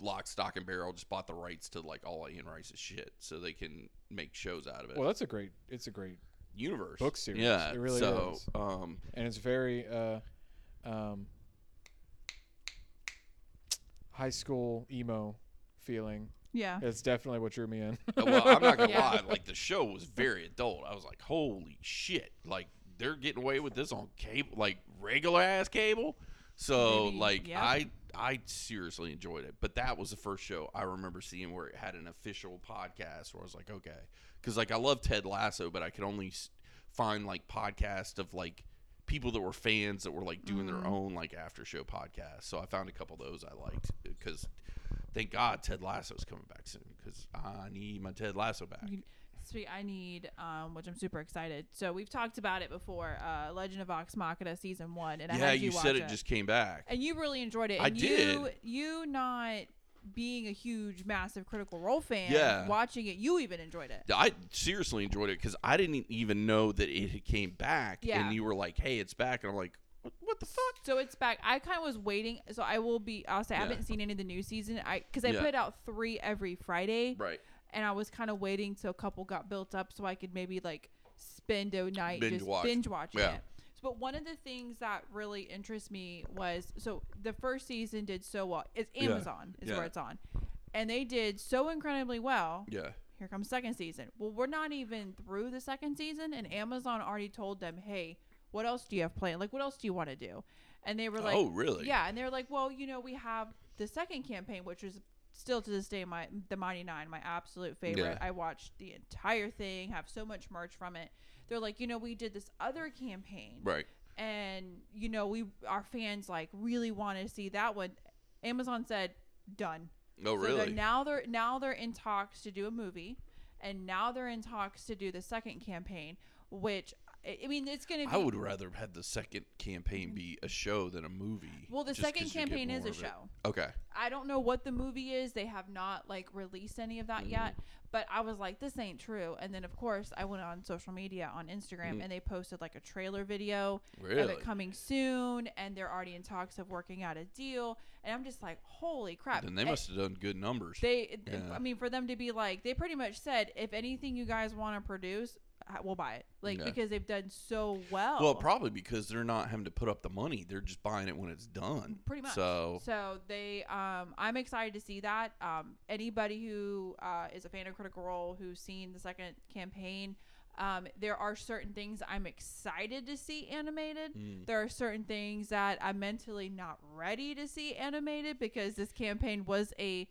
[SPEAKER 1] lock, stock, and barrel just bought the rights to like all Ian Rice's shit, so they can make shows out of it.
[SPEAKER 3] Well, that's a great. It's a great,
[SPEAKER 1] Universe
[SPEAKER 3] book series.
[SPEAKER 1] yeah.
[SPEAKER 3] It really
[SPEAKER 1] so,
[SPEAKER 3] is.
[SPEAKER 1] um,
[SPEAKER 3] and it's very, uh, um, high school emo feeling.
[SPEAKER 2] yeah,
[SPEAKER 3] It's definitely what drew me in.
[SPEAKER 1] well, I'm not gonna
[SPEAKER 2] Yeah.
[SPEAKER 1] lie. Like the show was very adult. I was like, holy shit! Like they're getting away with this on cable, like regular ass cable. So
[SPEAKER 2] Maybe,
[SPEAKER 1] like
[SPEAKER 2] yeah.
[SPEAKER 1] I I seriously enjoyed it. But that was the first show I remember seeing where it had an official podcast where I was like, okay, because like I love Ted Lasso, but I could only s- find like podcasts of like people that were fans
[SPEAKER 2] Mm.
[SPEAKER 1] that were like doing their own like after show podcasts. So I found a couple of those I liked because Thank God Ted Lasso's coming back soon because I need my Ted Lasso back.
[SPEAKER 2] You- Sweet, I need, um, which I'm super excited. So we've talked about it before, uh, Legend of Vox Machina season one, and I
[SPEAKER 1] yeah,
[SPEAKER 2] had you,
[SPEAKER 1] you said
[SPEAKER 2] watch
[SPEAKER 1] it, just came back.
[SPEAKER 2] and you really enjoyed it.
[SPEAKER 1] I
[SPEAKER 2] And You,
[SPEAKER 1] did.
[SPEAKER 2] you not being a huge, massive Critical Role fan,
[SPEAKER 1] Yeah.
[SPEAKER 2] watching it, you even enjoyed it.
[SPEAKER 1] I seriously enjoyed it because I didn't even know that it had came back.
[SPEAKER 2] Yeah.
[SPEAKER 1] And you were like, hey, it's back. And I'm like, what, what the fuck?
[SPEAKER 2] So it's back. I kind of was waiting. So I will be. I'll say I
[SPEAKER 1] Yeah.
[SPEAKER 2] haven't seen any of the new season. I because they
[SPEAKER 1] Yeah.
[SPEAKER 2] put out three every Friday,
[SPEAKER 1] Right.
[SPEAKER 2] and I was kind of waiting till a couple got built up so I could maybe like spend a night
[SPEAKER 1] Binge
[SPEAKER 2] just
[SPEAKER 1] watch.
[SPEAKER 2] binge watching
[SPEAKER 1] Yeah.
[SPEAKER 2] it. So, but one of the things that really interests me was so the first season did so well. It's
[SPEAKER 1] Yeah.
[SPEAKER 2] Amazon is
[SPEAKER 1] Yeah.
[SPEAKER 2] where it's on, and they did so incredibly well.
[SPEAKER 1] Yeah.
[SPEAKER 2] Here comes second season. Well, we're not even through the second season, and Amazon already told them, "Hey, what else do you have planned? Like, what else do you want to do?" And they were like,
[SPEAKER 1] oh, really?
[SPEAKER 2] yeah, and they're like, well, you know, we have the second campaign, which is still to this day my the Mighty Nine, my absolute favorite.
[SPEAKER 1] Yeah.
[SPEAKER 2] I watched the entire thing, have so much merch from it. They're like, you know, we did this other campaign,
[SPEAKER 1] Right.
[SPEAKER 2] and you know, we our fans like really wanted to see that one. Amazon said done.
[SPEAKER 1] Oh,
[SPEAKER 2] So they're,
[SPEAKER 1] really?
[SPEAKER 2] now they're now they're in talks to do a movie, and now they're in talks to do the second campaign, which. I I mean, it's going to be. Mm-hmm.
[SPEAKER 1] I would rather have had the second campaign be a show than a movie.
[SPEAKER 2] well, the
[SPEAKER 1] just
[SPEAKER 2] second
[SPEAKER 1] 'cause you get
[SPEAKER 2] campaign is
[SPEAKER 1] more
[SPEAKER 2] a
[SPEAKER 1] of it.
[SPEAKER 2] show.
[SPEAKER 1] Okay.
[SPEAKER 2] I don't know what the movie is. They have not like released any of that yet.
[SPEAKER 1] Mm-hmm.
[SPEAKER 2] But I was like, this ain't true. And then of course I went on social media on Instagram and they posted like a trailer video of
[SPEAKER 1] Mm-hmm. Really?
[SPEAKER 2] it coming soon and they're already in talks of working out a deal. And I'm just like, holy crap.
[SPEAKER 1] Then they
[SPEAKER 2] And
[SPEAKER 1] must have done good numbers.
[SPEAKER 2] they
[SPEAKER 1] Yeah.
[SPEAKER 2] I mean for them to be like they pretty much said if anything you guys want to produce I- we'll buy it like
[SPEAKER 1] Yeah.
[SPEAKER 2] because they've done so well
[SPEAKER 1] Well, probably because they're not having to put up the money; they're just buying it when it's done.
[SPEAKER 2] pretty much.
[SPEAKER 1] So,
[SPEAKER 2] So they, um, I'm excited to see that. Um, anybody who uh, is a fan of Critical Role who's seen the second campaign, um, there are certain things I'm excited to see animated.
[SPEAKER 1] Mm.
[SPEAKER 2] There are certain things that I'm mentally not ready to see animated because this campaign was a.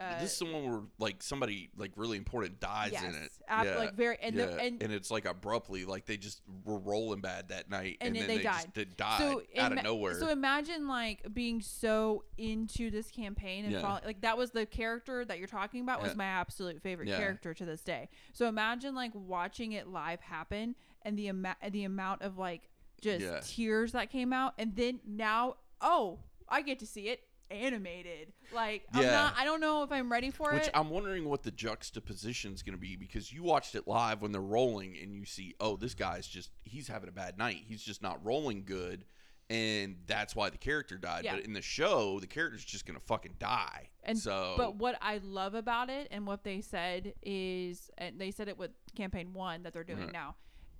[SPEAKER 2] Uh,
[SPEAKER 1] this is the one where like somebody like really important dies
[SPEAKER 2] yes,
[SPEAKER 1] in it.
[SPEAKER 2] ab-
[SPEAKER 1] yeah.
[SPEAKER 2] like very and,
[SPEAKER 1] yeah.
[SPEAKER 2] the, and
[SPEAKER 1] it's like abruptly, like they just were rolling bad that night,
[SPEAKER 2] And
[SPEAKER 1] and,
[SPEAKER 2] then
[SPEAKER 1] then,
[SPEAKER 2] they died.
[SPEAKER 1] just did die out
[SPEAKER 2] ima-
[SPEAKER 1] of nowhere.
[SPEAKER 2] So imagine like being so into this campaign and
[SPEAKER 1] Yeah.
[SPEAKER 2] follow- like that was the character that you're talking about was
[SPEAKER 1] Yeah.
[SPEAKER 2] my absolute favorite
[SPEAKER 1] Yeah.
[SPEAKER 2] character to this day. So imagine like watching it live happen and the amount the amount of like just
[SPEAKER 1] Yeah.
[SPEAKER 2] tears that came out and then now oh I get to see it animated like I'm
[SPEAKER 1] Yeah.
[SPEAKER 2] not I don't know if I'm ready for
[SPEAKER 1] Which
[SPEAKER 2] it.
[SPEAKER 1] I'm wondering what the juxtaposition is going to be because you watched it live when they're rolling and you see, oh, this guy's just, he's having a bad night. He's just not rolling good. And that's why the character died.
[SPEAKER 2] Yeah.
[SPEAKER 1] But in the show, the character's just going to fucking die.
[SPEAKER 2] And
[SPEAKER 1] so,
[SPEAKER 2] but what I love about it and what they said is and they said it with campaign 1 that they're doing
[SPEAKER 1] Right.
[SPEAKER 2] now.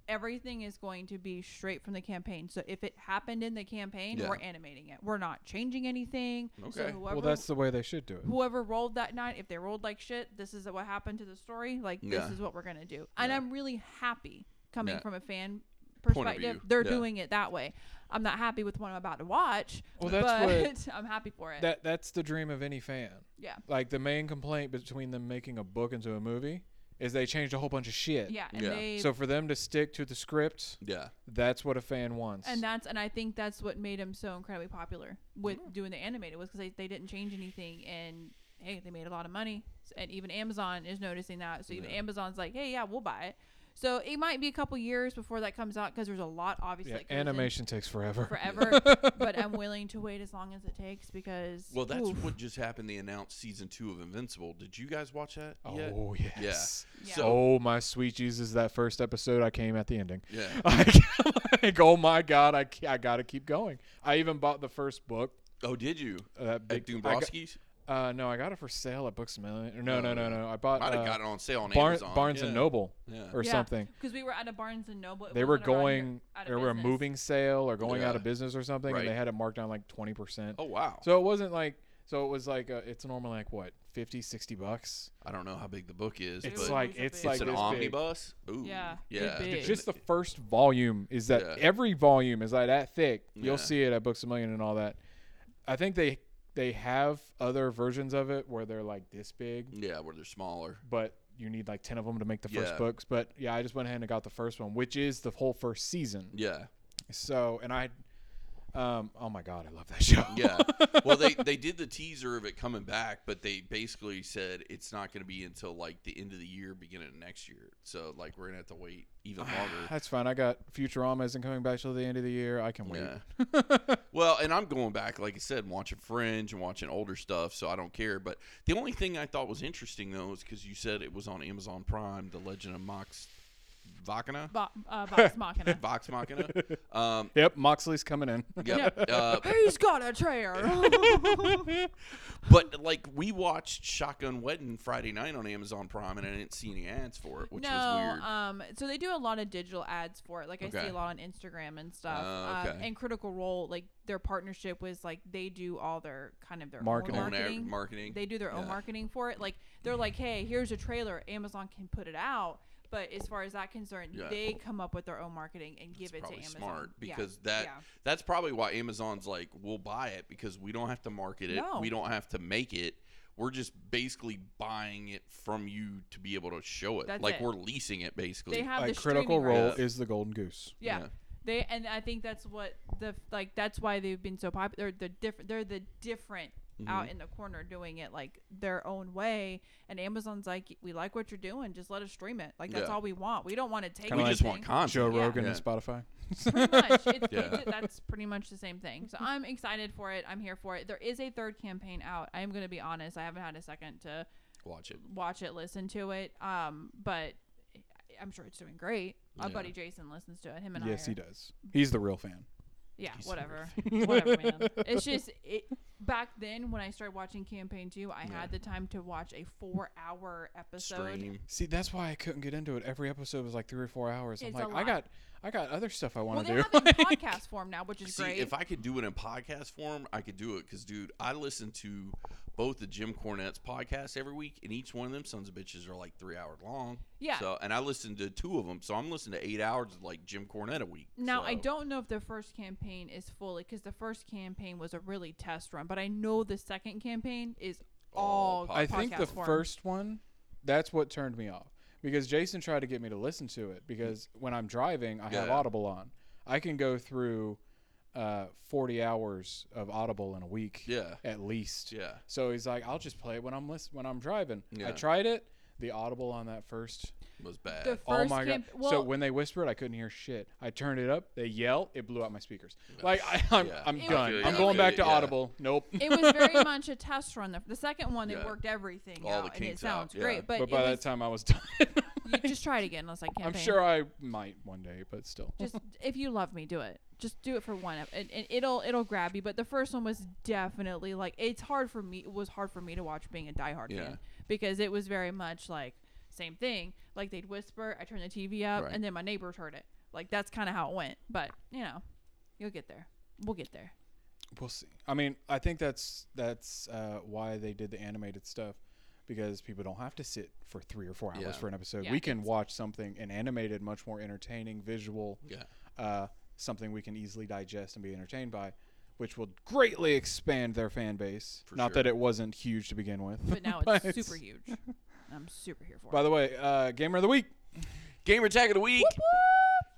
[SPEAKER 2] Everything is going to be straight from the campaign. So if it happened in the campaign,
[SPEAKER 1] Yeah.
[SPEAKER 2] we're animating it. We're not changing anything. So
[SPEAKER 1] Okay.
[SPEAKER 2] whoever
[SPEAKER 3] Well, that's the way they should do it.
[SPEAKER 2] whoever rolled that night, if they rolled like shit, this is what happened to the story. Like this
[SPEAKER 1] Yeah.
[SPEAKER 2] is what we're gonna do. And
[SPEAKER 1] Yeah.
[SPEAKER 2] I'm really happy coming
[SPEAKER 1] Yeah.
[SPEAKER 2] from a fan
[SPEAKER 1] Point of
[SPEAKER 2] perspective.
[SPEAKER 1] view.
[SPEAKER 2] They're
[SPEAKER 1] Yeah.
[SPEAKER 2] doing it that way. I'm not happy with what I'm about to watch.
[SPEAKER 3] Well, that's
[SPEAKER 2] but I'm happy for it.
[SPEAKER 3] That that's the dream of any fan.
[SPEAKER 2] yeah.
[SPEAKER 3] Like the main complaint between them making a book into a movie is they changed a whole bunch of shit.
[SPEAKER 2] Yeah. And
[SPEAKER 1] Yeah.
[SPEAKER 2] they
[SPEAKER 3] So for them to stick to the script,
[SPEAKER 1] yeah.
[SPEAKER 3] that's what a fan wants.
[SPEAKER 2] And that's and I think that's what made him so incredibly popular with doing the animated was because they, they didn't change anything and hey they made a lot of money S- and even Amazon is noticing that so even
[SPEAKER 1] Yeah.
[SPEAKER 2] Amazon's like hey yeah we'll buy it so it might be a couple years before that comes out because there's a lot obviously
[SPEAKER 3] yeah,
[SPEAKER 2] that goes in
[SPEAKER 3] animation takes forever.
[SPEAKER 2] forever but I'm willing to wait as long as it takes because
[SPEAKER 1] Well, that's
[SPEAKER 2] oof.
[SPEAKER 1] what just happened. They announced season two of Invincible. Did you guys watch that? yet?
[SPEAKER 3] Oh yes.
[SPEAKER 2] Yeah.
[SPEAKER 1] So,
[SPEAKER 3] oh my sweet Jesus! That first episode, I came at the ending.
[SPEAKER 1] yeah.
[SPEAKER 3] I'm like, oh my God! I ca- I gotta keep going. I even bought the first book.
[SPEAKER 1] Oh, did you?
[SPEAKER 3] Uh, that
[SPEAKER 1] At
[SPEAKER 3] big, I got-
[SPEAKER 1] Doombrowski's?
[SPEAKER 3] uh, no, I got it for sale at Books a Million. No, no, no, no. I bought
[SPEAKER 1] Oh, Might have
[SPEAKER 3] uh,
[SPEAKER 1] got it on sale on
[SPEAKER 3] Barnes,
[SPEAKER 1] Amazon.
[SPEAKER 3] Barnes
[SPEAKER 1] yeah.
[SPEAKER 3] and Noble
[SPEAKER 1] Yeah.
[SPEAKER 3] or something.
[SPEAKER 2] because we were at a Barnes and Noble It
[SPEAKER 3] They were
[SPEAKER 2] wasn't around here-
[SPEAKER 3] going,
[SPEAKER 2] out of
[SPEAKER 3] they were a
[SPEAKER 2] business.
[SPEAKER 3] moving sale or going out of
[SPEAKER 1] Yeah.
[SPEAKER 3] business or something, and they
[SPEAKER 1] Right.
[SPEAKER 3] had it marked down like twenty percent.
[SPEAKER 1] Oh, wow.
[SPEAKER 3] So it wasn't like, so it was like, uh it's normally like what 50, 60 bucks.
[SPEAKER 1] I don't know how big the book is.
[SPEAKER 3] It's
[SPEAKER 1] but
[SPEAKER 3] like
[SPEAKER 2] It's
[SPEAKER 3] it's
[SPEAKER 2] a
[SPEAKER 3] like
[SPEAKER 1] it's an
[SPEAKER 3] this big.
[SPEAKER 1] omnibus. Ooh,
[SPEAKER 2] Yeah,
[SPEAKER 1] yeah.
[SPEAKER 2] they're big.
[SPEAKER 3] just the first volume is that
[SPEAKER 1] Yeah.
[SPEAKER 3] every volume is like that thick.
[SPEAKER 1] Yeah.
[SPEAKER 3] You'll see it at Books a Million and all that. I think they they have other versions of it where they're like this big,
[SPEAKER 1] yeah, where they're smaller.
[SPEAKER 3] but you need like ten of them to make the first
[SPEAKER 1] Yeah.
[SPEAKER 3] books. But yeah, I just went ahead and got the first one, which is the whole first season.
[SPEAKER 1] Yeah,
[SPEAKER 3] So and I Um, oh my god, I love that show.
[SPEAKER 1] Yeah. Well, they they did the teaser of it coming back, but they basically said it's not going to be until like the end of the year, beginning of next year. So like we're gonna have to wait even longer.
[SPEAKER 3] That's fine. I got Futurama isn't coming back till the end of the year. I can wait.
[SPEAKER 1] yeah. well, and I'm going back, like I said, watching Fringe and watching older stuff, so I don't care. But the only thing I thought was interesting though is because you said it was on Amazon Prime, The Legend of Mox Vacana,
[SPEAKER 2] Bo- uh, Vox Machina.
[SPEAKER 1] Vox Machina. Um,
[SPEAKER 3] Yep, Moxley's coming in.
[SPEAKER 1] yep. Uh,
[SPEAKER 2] He's got a chair.
[SPEAKER 1] But like we watched Shotgun Wedding Friday night on Amazon Prime, and I didn't see any ads for it, which
[SPEAKER 2] no,
[SPEAKER 1] was weird.
[SPEAKER 2] um, so they do a lot of digital ads for it. Like I
[SPEAKER 1] Okay.
[SPEAKER 2] see a lot on Instagram and stuff.
[SPEAKER 1] Oh,
[SPEAKER 2] um,
[SPEAKER 1] okay.
[SPEAKER 2] and Critical Role, like their partnership was like they do all their kind of their
[SPEAKER 3] Marketing.
[SPEAKER 2] Own
[SPEAKER 1] on ad-
[SPEAKER 2] marketing.
[SPEAKER 1] marketing.
[SPEAKER 2] They do their own
[SPEAKER 1] Yeah.
[SPEAKER 2] marketing for it. Like they're like, hey, here's a trailer. Amazon can put it out. But as far as that concerned,
[SPEAKER 1] Yeah.
[SPEAKER 2] they come up with their own marketing and give it to
[SPEAKER 1] probably
[SPEAKER 2] Amazon.
[SPEAKER 1] smart
[SPEAKER 2] Yeah,
[SPEAKER 1] because that
[SPEAKER 2] yeah.
[SPEAKER 1] that's probably why Amazon's like we'll buy it because we don't have to market it,
[SPEAKER 2] No.
[SPEAKER 1] we don't have to make it. We're just basically buying it from you to be able to show it.
[SPEAKER 2] That's
[SPEAKER 1] like
[SPEAKER 2] it.
[SPEAKER 1] we're leasing it basically.
[SPEAKER 2] they have
[SPEAKER 3] A
[SPEAKER 2] the
[SPEAKER 3] critical
[SPEAKER 2] streaming
[SPEAKER 3] role
[SPEAKER 2] rights.
[SPEAKER 1] Yeah.
[SPEAKER 3] is the golden goose.
[SPEAKER 2] Yeah.
[SPEAKER 1] Yeah.
[SPEAKER 2] They and I think that's what the like that's why they've been so popular. They're the different. They're the different out
[SPEAKER 1] Mm-hmm.
[SPEAKER 2] in the corner doing it like their own way. And Amazon's like, we like what you're doing. Just let us stream it. Like that's
[SPEAKER 1] Yeah.
[SPEAKER 2] all we want. We don't want to take.
[SPEAKER 1] we
[SPEAKER 3] Kinda
[SPEAKER 1] just
[SPEAKER 2] anything."
[SPEAKER 1] want content.
[SPEAKER 3] Joe
[SPEAKER 2] Yeah.
[SPEAKER 3] Rogan
[SPEAKER 1] Yeah.
[SPEAKER 3] and Spotify.
[SPEAKER 2] pretty much. It's,
[SPEAKER 1] Yeah.
[SPEAKER 2] it's- that's pretty much the same thing. So I'm excited for it. I'm here for it. There is a third campaign out. I am going to be honest. I haven't had a second to
[SPEAKER 1] Watch it.
[SPEAKER 2] watch it, listen to it. Um, but I'm sure it's doing great. My
[SPEAKER 1] Yeah.
[SPEAKER 2] buddy Jason listens to it. Him and I.
[SPEAKER 3] Yes,
[SPEAKER 2] are-
[SPEAKER 3] he does. He's the real fan.
[SPEAKER 2] yeah,
[SPEAKER 1] Jeez,
[SPEAKER 2] whatever. whatever, man. It's just it back then when I started watching Campaign 2, I had the time to watch a 4-hour episode.
[SPEAKER 1] Stream.
[SPEAKER 3] See, that's why I couldn't get into it. Every episode was like three or four hours.
[SPEAKER 2] It's a
[SPEAKER 3] I'm like, I
[SPEAKER 2] lot.
[SPEAKER 3] got, I got other stuff I
[SPEAKER 2] Well,
[SPEAKER 3] want
[SPEAKER 2] they
[SPEAKER 3] to
[SPEAKER 2] have
[SPEAKER 3] do.
[SPEAKER 2] it in podcast form now, which is
[SPEAKER 1] See,
[SPEAKER 2] great.
[SPEAKER 1] if I could do it in podcast form, I could do it because, dude, I listen to both the Jim Cornette's podcast every week, and each one of them sons of bitches are like three hours long.
[SPEAKER 2] Yeah.
[SPEAKER 1] So, and I listen to two of them, so I'm listening to eight hours of like Jim Cornette a week.
[SPEAKER 2] now, I
[SPEAKER 1] so-
[SPEAKER 2] don't know if the first campaign is fully cuz the first campaign was a really test run, but I know the second campaign is
[SPEAKER 1] All
[SPEAKER 2] all
[SPEAKER 1] pod-
[SPEAKER 3] I think
[SPEAKER 2] podcast
[SPEAKER 3] the
[SPEAKER 2] form.
[SPEAKER 3] first one, that's what turned me off because Jason tried to get me to listen to it because when I'm driving, I have
[SPEAKER 1] Yeah.
[SPEAKER 3] Audible on. I can go through uh, 40 hours of Audible in a week,
[SPEAKER 1] Yeah.
[SPEAKER 3] at least.
[SPEAKER 1] Yeah.
[SPEAKER 3] So he's like, I'll just play it when I'm listen- when I'm driving.
[SPEAKER 1] Yeah.
[SPEAKER 3] I tried it. The Audible on that first.
[SPEAKER 1] Was bad.
[SPEAKER 2] the
[SPEAKER 3] oh
[SPEAKER 2] first
[SPEAKER 3] my
[SPEAKER 2] camp-
[SPEAKER 3] god!
[SPEAKER 2] Well,
[SPEAKER 3] so when they whispered, I couldn't hear shit. I turned it up. They yell. It blew out my speakers. Like I, I'm,
[SPEAKER 1] Yeah.
[SPEAKER 3] I'm
[SPEAKER 2] It
[SPEAKER 3] done.
[SPEAKER 1] was-
[SPEAKER 3] I'm going back to
[SPEAKER 1] Yeah.
[SPEAKER 3] Audible. Nope.
[SPEAKER 2] it was very much a test run. The, the second one, it
[SPEAKER 1] Yeah.
[SPEAKER 2] worked everything
[SPEAKER 1] All
[SPEAKER 2] out,
[SPEAKER 1] the
[SPEAKER 2] and it
[SPEAKER 1] kinks out,
[SPEAKER 2] sounds
[SPEAKER 1] yeah.
[SPEAKER 2] great. But,
[SPEAKER 3] but
[SPEAKER 2] it
[SPEAKER 3] by
[SPEAKER 2] was-
[SPEAKER 3] that time, I was done.
[SPEAKER 2] you just try it again. Let's like
[SPEAKER 3] I'm
[SPEAKER 2] campaign.
[SPEAKER 3] sure I might one day, but still.
[SPEAKER 2] just if you love me, do it. Just do it for one, ep- and, and it'll it'll grab you. But the first one was definitely like it's hard for me. It was hard for me to watch being a diehard
[SPEAKER 1] Yeah.
[SPEAKER 2] fan because it was very much like same thing. Like they'd whisper, I turn the TV up,
[SPEAKER 1] Right.
[SPEAKER 2] and then my neighbors heard it. Like that's kind of how it went. But you know, you'll get there. We'll get there.
[SPEAKER 3] We'll see. I mean, I think that's that's uh, why they did the animated stuff because people don't have to sit for three or four hours
[SPEAKER 1] Yeah.
[SPEAKER 3] for an episode.
[SPEAKER 2] Yeah.
[SPEAKER 3] We can watch something and animated, much more entertaining, visual,
[SPEAKER 1] yeah.
[SPEAKER 3] uh, something we can easily digest and be entertained by, which will greatly expand their fan base.
[SPEAKER 1] For
[SPEAKER 3] Not
[SPEAKER 1] sure.
[SPEAKER 3] that it wasn't huge to begin with.
[SPEAKER 2] But now
[SPEAKER 3] But
[SPEAKER 2] it's
[SPEAKER 3] it's-
[SPEAKER 2] super huge. I'm super here for it.
[SPEAKER 3] By the way, uh, gamer of the week.
[SPEAKER 1] Gamer Tag of the Week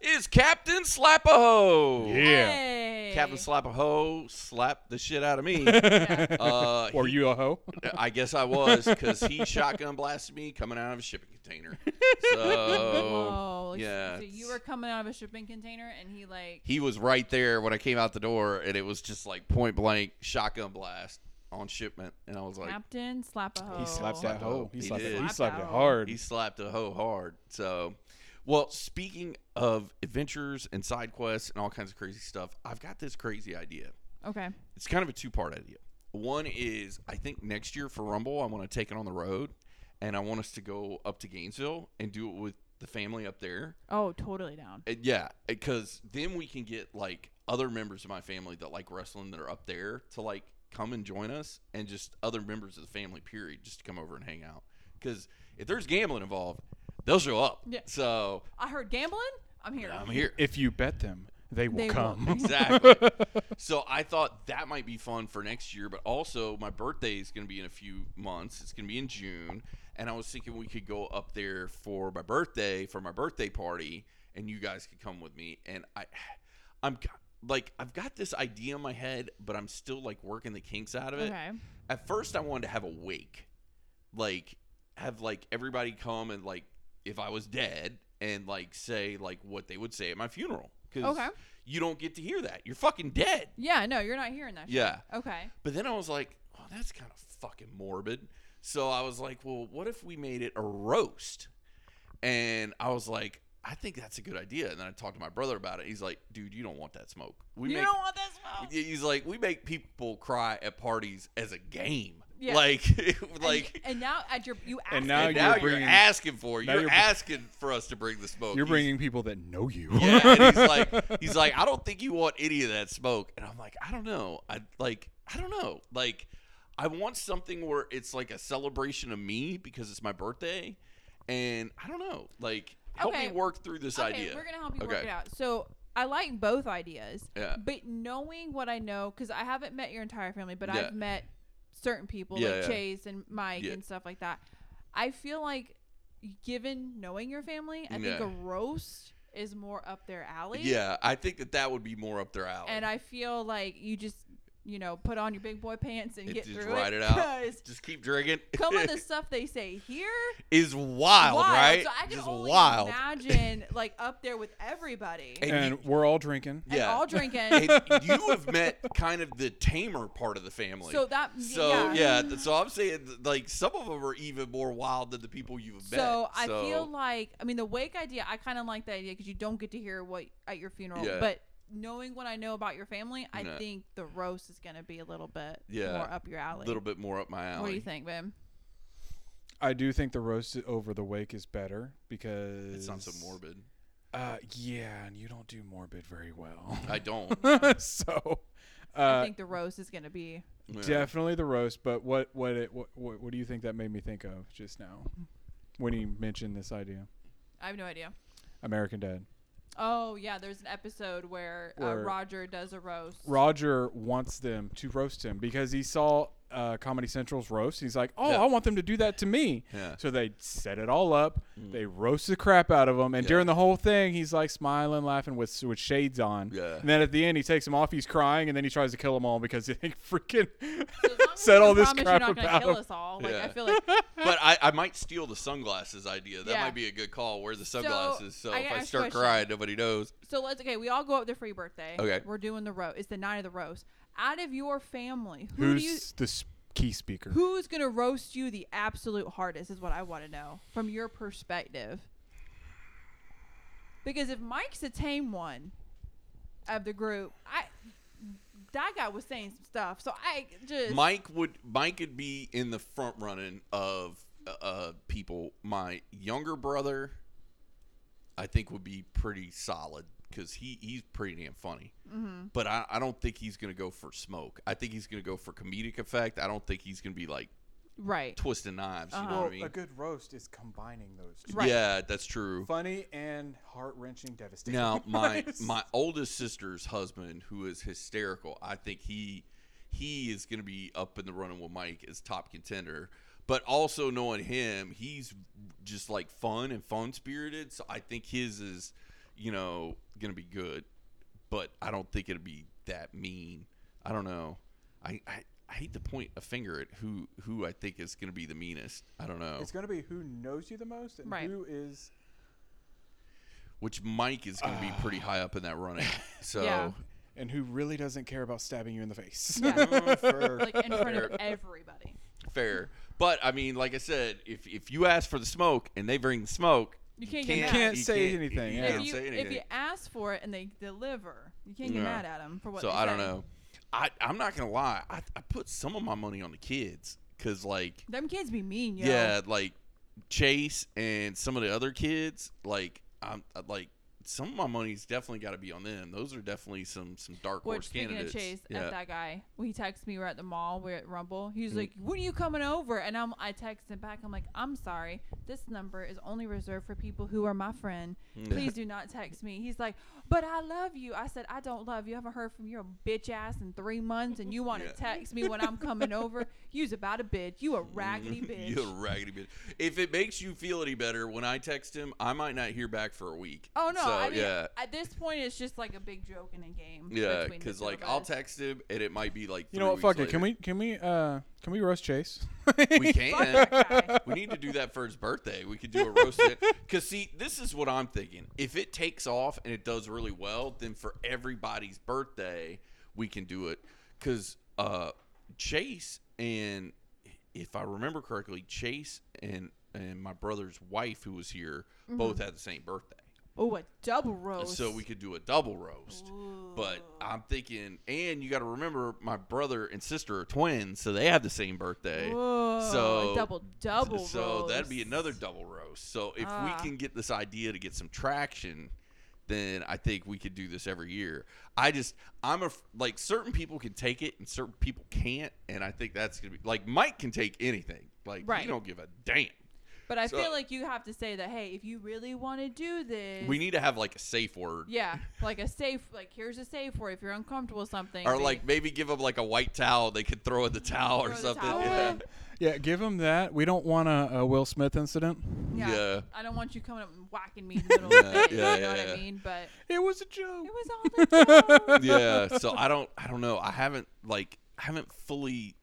[SPEAKER 1] is Captain Slapaho.
[SPEAKER 2] Hey!
[SPEAKER 1] Captain Slapaho slapped the shit out of me.
[SPEAKER 2] Yeah.
[SPEAKER 1] uh,
[SPEAKER 3] Or you a hoe?
[SPEAKER 1] I guess I was because he shotgun blasted me coming out of a shipping container. So
[SPEAKER 2] Whoa, like,
[SPEAKER 1] yeah,
[SPEAKER 2] So you
[SPEAKER 1] it's-
[SPEAKER 2] were coming out of a shipping container, and he like
[SPEAKER 1] Oh, he was right there when I came out the door, and it was just like point blank shotgun blast on shipment, and I was like,
[SPEAKER 2] Captain slap a hoe.
[SPEAKER 3] He slapped that
[SPEAKER 1] Slapped a hoe.
[SPEAKER 3] hoe. He
[SPEAKER 1] He
[SPEAKER 3] slapped
[SPEAKER 1] did.
[SPEAKER 3] it. He
[SPEAKER 2] Oh. Slapped
[SPEAKER 3] slapped
[SPEAKER 2] a
[SPEAKER 3] it
[SPEAKER 2] hoe.
[SPEAKER 3] hard.
[SPEAKER 1] he slapped a hoe hard. So, well, speaking of adventures and side quests and all kinds of crazy stuff, I've got this crazy idea.
[SPEAKER 2] Okay.
[SPEAKER 1] it's kind of a two part idea. One is I think next year for Rumble, I want to take it on the road, and I want us to go up to Gainesville and do it with the family up there.
[SPEAKER 2] Oh, totally down.
[SPEAKER 1] And yeah, because then we can get like other members of my family that like wrestling that are up there to like come and join us, and just other members of the family period just to come over and hang out. Because if there's gambling involved, they'll show up.
[SPEAKER 2] Yeah.
[SPEAKER 1] So
[SPEAKER 2] I heard gambling. I'm here.
[SPEAKER 1] I'm here.
[SPEAKER 3] If you bet them, they will
[SPEAKER 2] They will.
[SPEAKER 3] come.
[SPEAKER 1] Exactly. so I thought that might be fun for next year, but also my birthday is going to be in a few months. It's going to be in June, and I was thinking we could go up there for my birthday for my birthday party, and you guys could come with me. And I, I'm, like I've got this idea in my head, but I'm still like working the kinks out of it.
[SPEAKER 2] Okay.
[SPEAKER 1] At first, I wanted to have a wake, like have like everybody come and like if I was dead and like say like what they would say at my funeral because
[SPEAKER 2] Okay.
[SPEAKER 1] you don't get to hear that. You're fucking dead.
[SPEAKER 2] Yeah. No, you're not hearing that. shit.
[SPEAKER 1] Yeah.
[SPEAKER 2] Okay.
[SPEAKER 1] But then I was like, oh, that's kind of fucking morbid. So I was like, well, what if we made it a roast? And I was like, I think that's a good idea. And then I talked to my brother about it. He's like, dude, you don't want that smoke. We
[SPEAKER 2] you
[SPEAKER 1] make
[SPEAKER 2] don't want this smoke.
[SPEAKER 1] he's like, we make people cry at parties as a game.
[SPEAKER 2] Yeah.
[SPEAKER 1] Like like
[SPEAKER 2] And, and now at your you ask
[SPEAKER 4] And
[SPEAKER 1] and
[SPEAKER 4] now
[SPEAKER 2] me-
[SPEAKER 4] you're
[SPEAKER 1] now you're,
[SPEAKER 4] bringing-
[SPEAKER 1] asking for it.
[SPEAKER 4] now
[SPEAKER 1] You're,
[SPEAKER 4] you're br-
[SPEAKER 1] asking for us to bring the smoke.
[SPEAKER 4] You're
[SPEAKER 1] He's-
[SPEAKER 4] bringing people that know you.
[SPEAKER 1] yeah, and he's like, he's like, I don't think you want any of that smoke. And I'm like, I don't know. I like, I don't know. Like, I want something where it's like a celebration of me because it's my birthday, and I don't know. Like, help
[SPEAKER 2] Okay.
[SPEAKER 1] me work through this
[SPEAKER 2] okay,
[SPEAKER 1] idea.
[SPEAKER 2] We're gonna help you work
[SPEAKER 1] Okay.
[SPEAKER 2] it out. So I like both ideas.
[SPEAKER 1] Yeah.
[SPEAKER 2] But knowing what I know, because I haven't met your entire family, but
[SPEAKER 1] Yeah.
[SPEAKER 2] I've met certain people
[SPEAKER 1] Yeah,
[SPEAKER 2] like
[SPEAKER 1] yeah.
[SPEAKER 2] Chase and Mike
[SPEAKER 1] Yeah.
[SPEAKER 2] and stuff like that. I feel like, given knowing your family, I think
[SPEAKER 1] Yeah.
[SPEAKER 2] a roast is more up their alley.
[SPEAKER 1] yeah, I think that that would be more up their alley.
[SPEAKER 2] And I feel like you just, you know, put on your big boy pants and
[SPEAKER 1] It-
[SPEAKER 2] get
[SPEAKER 1] just
[SPEAKER 2] through
[SPEAKER 1] ride it
[SPEAKER 2] it.
[SPEAKER 1] out.
[SPEAKER 2] 'cause
[SPEAKER 1] just keep drinking.
[SPEAKER 2] Some of the stuff they say here,
[SPEAKER 1] is wild, right?
[SPEAKER 2] So I can
[SPEAKER 1] just
[SPEAKER 2] only
[SPEAKER 1] wild.
[SPEAKER 2] imagine, like up there with everybody.
[SPEAKER 1] And
[SPEAKER 4] And we're all drinking.
[SPEAKER 2] and
[SPEAKER 1] yeah.
[SPEAKER 2] all drinking.
[SPEAKER 1] and you have met kind of the tamer part of the family.
[SPEAKER 2] so that
[SPEAKER 1] So
[SPEAKER 2] yeah.
[SPEAKER 1] yeah. th- so I'm saying th- like some of them are even more wild than the people you've met.
[SPEAKER 2] So I feel like I mean the wake idea. I kind of like that idea because you don't get to hear what at your funeral.
[SPEAKER 1] Yeah.
[SPEAKER 2] But knowing what I know about your family, I
[SPEAKER 1] No.
[SPEAKER 2] think the roast is gonna be a little bit
[SPEAKER 1] Yeah.
[SPEAKER 2] more up your alley.
[SPEAKER 1] a little bit more up my alley.
[SPEAKER 2] What do you think, Ben?
[SPEAKER 3] I do think the roast over the wake is better because
[SPEAKER 1] It's not so morbid.
[SPEAKER 3] Uh, yeah, and you don't do morbid very well.
[SPEAKER 1] I don't.
[SPEAKER 3] so,
[SPEAKER 2] I
[SPEAKER 3] uh,
[SPEAKER 2] think the roast is gonna be.
[SPEAKER 1] Yeah.
[SPEAKER 3] definitely the roast. But what what it what, what what do you think that made me think of just now when he mentioned this idea?
[SPEAKER 2] I have no idea.
[SPEAKER 3] American Dad.
[SPEAKER 2] Oh yeah, there's an episode where, uh,
[SPEAKER 3] Where-
[SPEAKER 2] Roger does a roast.
[SPEAKER 3] Roger wants them to roast him because he saw uh, Comedy Central's roast. He's like, oh,
[SPEAKER 1] Yeah.
[SPEAKER 3] I want them to do that to me.
[SPEAKER 1] Yeah. Mm.
[SPEAKER 3] So they set it all up. They roast the crap out of him. And
[SPEAKER 1] Yeah.
[SPEAKER 3] during the whole thing, he's like smiling, laughing with with shades on.
[SPEAKER 1] Yeah.
[SPEAKER 3] And then at the end, he takes them off. He's crying, and then he tries to kill them all because they freaking
[SPEAKER 2] So as long as
[SPEAKER 3] said
[SPEAKER 2] you
[SPEAKER 3] all this
[SPEAKER 2] promise
[SPEAKER 3] crap
[SPEAKER 2] you're not gonna
[SPEAKER 3] about
[SPEAKER 2] kill
[SPEAKER 3] him.
[SPEAKER 2] us all. Like I
[SPEAKER 1] Yeah.
[SPEAKER 2] feel like
[SPEAKER 1] But I, I might steal the sunglasses idea. That
[SPEAKER 2] Yeah.
[SPEAKER 1] might be a good call. Where the sunglasses? So,
[SPEAKER 2] I
[SPEAKER 1] if
[SPEAKER 2] gotta
[SPEAKER 1] I
[SPEAKER 2] ask
[SPEAKER 1] start
[SPEAKER 2] question.
[SPEAKER 1] crying, nobody knows.
[SPEAKER 2] So let's okay. We all go up there for your birthday.
[SPEAKER 1] Okay.
[SPEAKER 2] We're doing the roast. It's the night of the roast. Out of your family, who
[SPEAKER 3] Who's
[SPEAKER 2] do you?
[SPEAKER 3] the s- key speaker?
[SPEAKER 2] Who's gonna roast you the absolute hardest? Is what I want to know from your perspective. Because if Mike's a tame one of the group, I that guy was saying some stuff. So I just
[SPEAKER 1] Mike would Mike would be in the front running of uh, people. My younger brother, I think, would be pretty solid because he he's pretty damn funny.
[SPEAKER 2] Mm-hmm.
[SPEAKER 1] But I, I don't think he's gonna go for smoke. I think he's gonna go for comedic effect. I don't think he's gonna be like
[SPEAKER 2] right.
[SPEAKER 1] twisting knives. You know
[SPEAKER 2] Uh-huh.
[SPEAKER 1] what I mean?
[SPEAKER 3] good roast is combining those two.
[SPEAKER 2] Right.
[SPEAKER 1] Yeah, that's true.
[SPEAKER 3] Funny and heart wrenching devastation.
[SPEAKER 1] Now my my oldest sister's husband, who is hysterical, I think he he is going to be up in the running with Mike as top contender. But also knowing him, he's just like fun and fun spirited. So I think his is, you know, going to be good. But I don't think it'll be that mean. I don't know. I, I, I hate to point a finger at who who I think is going to be the meanest. I don't know.
[SPEAKER 3] It's going to be who knows you the most and
[SPEAKER 2] Right.
[SPEAKER 3] who is.
[SPEAKER 1] Which Mike is going to be pretty high up in that running. So
[SPEAKER 2] Yeah.
[SPEAKER 3] And who really doesn't care about stabbing you in the face?
[SPEAKER 2] Yeah. like in front of everybody.
[SPEAKER 1] Fair. But I mean, like I said, if if you ask for the smoke and they bring the smoke,
[SPEAKER 2] You can't get mad.
[SPEAKER 3] Can't say anything,
[SPEAKER 1] You
[SPEAKER 3] yeah.
[SPEAKER 2] If,
[SPEAKER 1] can't
[SPEAKER 2] you,
[SPEAKER 1] say
[SPEAKER 2] if you
[SPEAKER 1] anything.
[SPEAKER 2] ask for it and they deliver, you can't get
[SPEAKER 1] Yeah.
[SPEAKER 2] mad at them for what.
[SPEAKER 1] So
[SPEAKER 2] they
[SPEAKER 1] I don't
[SPEAKER 2] say.
[SPEAKER 1] know. I I'm not gonna lie. I, I put some of my money on the kids because like
[SPEAKER 2] Them kids be mean, yo.
[SPEAKER 1] yeah, like Chase and some of the other kids. Like I'm like some of my money's definitely got to be on them. Those are definitely some some dark
[SPEAKER 2] Which
[SPEAKER 1] horse
[SPEAKER 2] speaking
[SPEAKER 1] candidates.
[SPEAKER 2] of Chase,
[SPEAKER 1] yeah. Mm.
[SPEAKER 2] at that guy, when he texted me, we're at the mall, we're at Rumble. He's like, "When are you coming over?" And I'm, I text him back. I'm like, "I'm sorry, this number is only reserved for people who are my friend.
[SPEAKER 1] Mm.
[SPEAKER 2] Please do not text me." He's like, "But I love you." I said, "I don't love you. I haven't heard from your bitch ass in three months, and you want to
[SPEAKER 1] Yeah.
[SPEAKER 2] text me when I'm coming over? You's about a bitch. You a raggedy bitch."
[SPEAKER 1] Mm-hmm. you raggedy bitch. If it makes you feel any better, when I text him, I might not hear back for a week.
[SPEAKER 2] Oh no,
[SPEAKER 1] So, So,
[SPEAKER 2] I mean,
[SPEAKER 1] yeah.
[SPEAKER 2] At this point, it's just like a big joke in a game.
[SPEAKER 1] Yeah,
[SPEAKER 2] between the
[SPEAKER 1] because
[SPEAKER 2] two
[SPEAKER 1] like
[SPEAKER 2] of
[SPEAKER 1] I'll
[SPEAKER 2] us.
[SPEAKER 1] text him and it might be like
[SPEAKER 3] You know what?
[SPEAKER 1] three
[SPEAKER 3] Fuck
[SPEAKER 1] weeks
[SPEAKER 3] it. Can
[SPEAKER 1] later.
[SPEAKER 3] we can we uh can we roast Chase?
[SPEAKER 1] We
[SPEAKER 2] Fuck
[SPEAKER 1] can.
[SPEAKER 2] that guy.
[SPEAKER 1] we need to do that for his birthday. We could do a roast. Because see, this is what I'm thinking. If it takes off and it does really well, then for everybody's birthday, we can do it. Because uh, Chase and if I remember correctly, Chase and and my brother's wife who was here both had the same birthday.
[SPEAKER 2] Oh, a double
[SPEAKER 1] And
[SPEAKER 2] roast.
[SPEAKER 1] so we could do a double roast. But I'm thinking, and you got to remember, my brother and sister are twins, so they have the same birthday.
[SPEAKER 2] Whoa, a
[SPEAKER 1] so
[SPEAKER 2] double double.
[SPEAKER 1] so that'd be
[SPEAKER 2] roast.
[SPEAKER 1] another double roast. So if
[SPEAKER 2] Ah.
[SPEAKER 1] we can get this idea to get some traction, then I think we could do this every year. I just I'm a like certain people can take it and certain people can't, and I think that's gonna be like Mike can take anything. Like
[SPEAKER 2] Right.
[SPEAKER 1] he don't give a damn.
[SPEAKER 2] But I
[SPEAKER 1] so-
[SPEAKER 2] feel like you have to say that. Hey, if you really want to do this,
[SPEAKER 1] We need to have like a safe word.
[SPEAKER 2] Yeah, like a safe. Like here's a safe word if you're uncomfortable with something.
[SPEAKER 1] Or
[SPEAKER 2] but you-
[SPEAKER 1] like maybe give them like a white towel they could throw in the towel or
[SPEAKER 2] Throw the
[SPEAKER 1] something.
[SPEAKER 2] towel
[SPEAKER 1] Yeah.
[SPEAKER 2] in.
[SPEAKER 3] yeah, give him that. We don't want a, a Will Smith incident.
[SPEAKER 2] yeah.
[SPEAKER 1] yeah.
[SPEAKER 2] I don't want you coming up and whacking me in the middle of
[SPEAKER 1] Yeah,
[SPEAKER 2] the day.
[SPEAKER 1] yeah,
[SPEAKER 2] you know
[SPEAKER 1] yeah,
[SPEAKER 2] what
[SPEAKER 1] yeah.
[SPEAKER 2] I mean? But
[SPEAKER 3] It was a joke.
[SPEAKER 2] it was all the
[SPEAKER 1] yeah so i don't i don't know i haven't like I haven't fully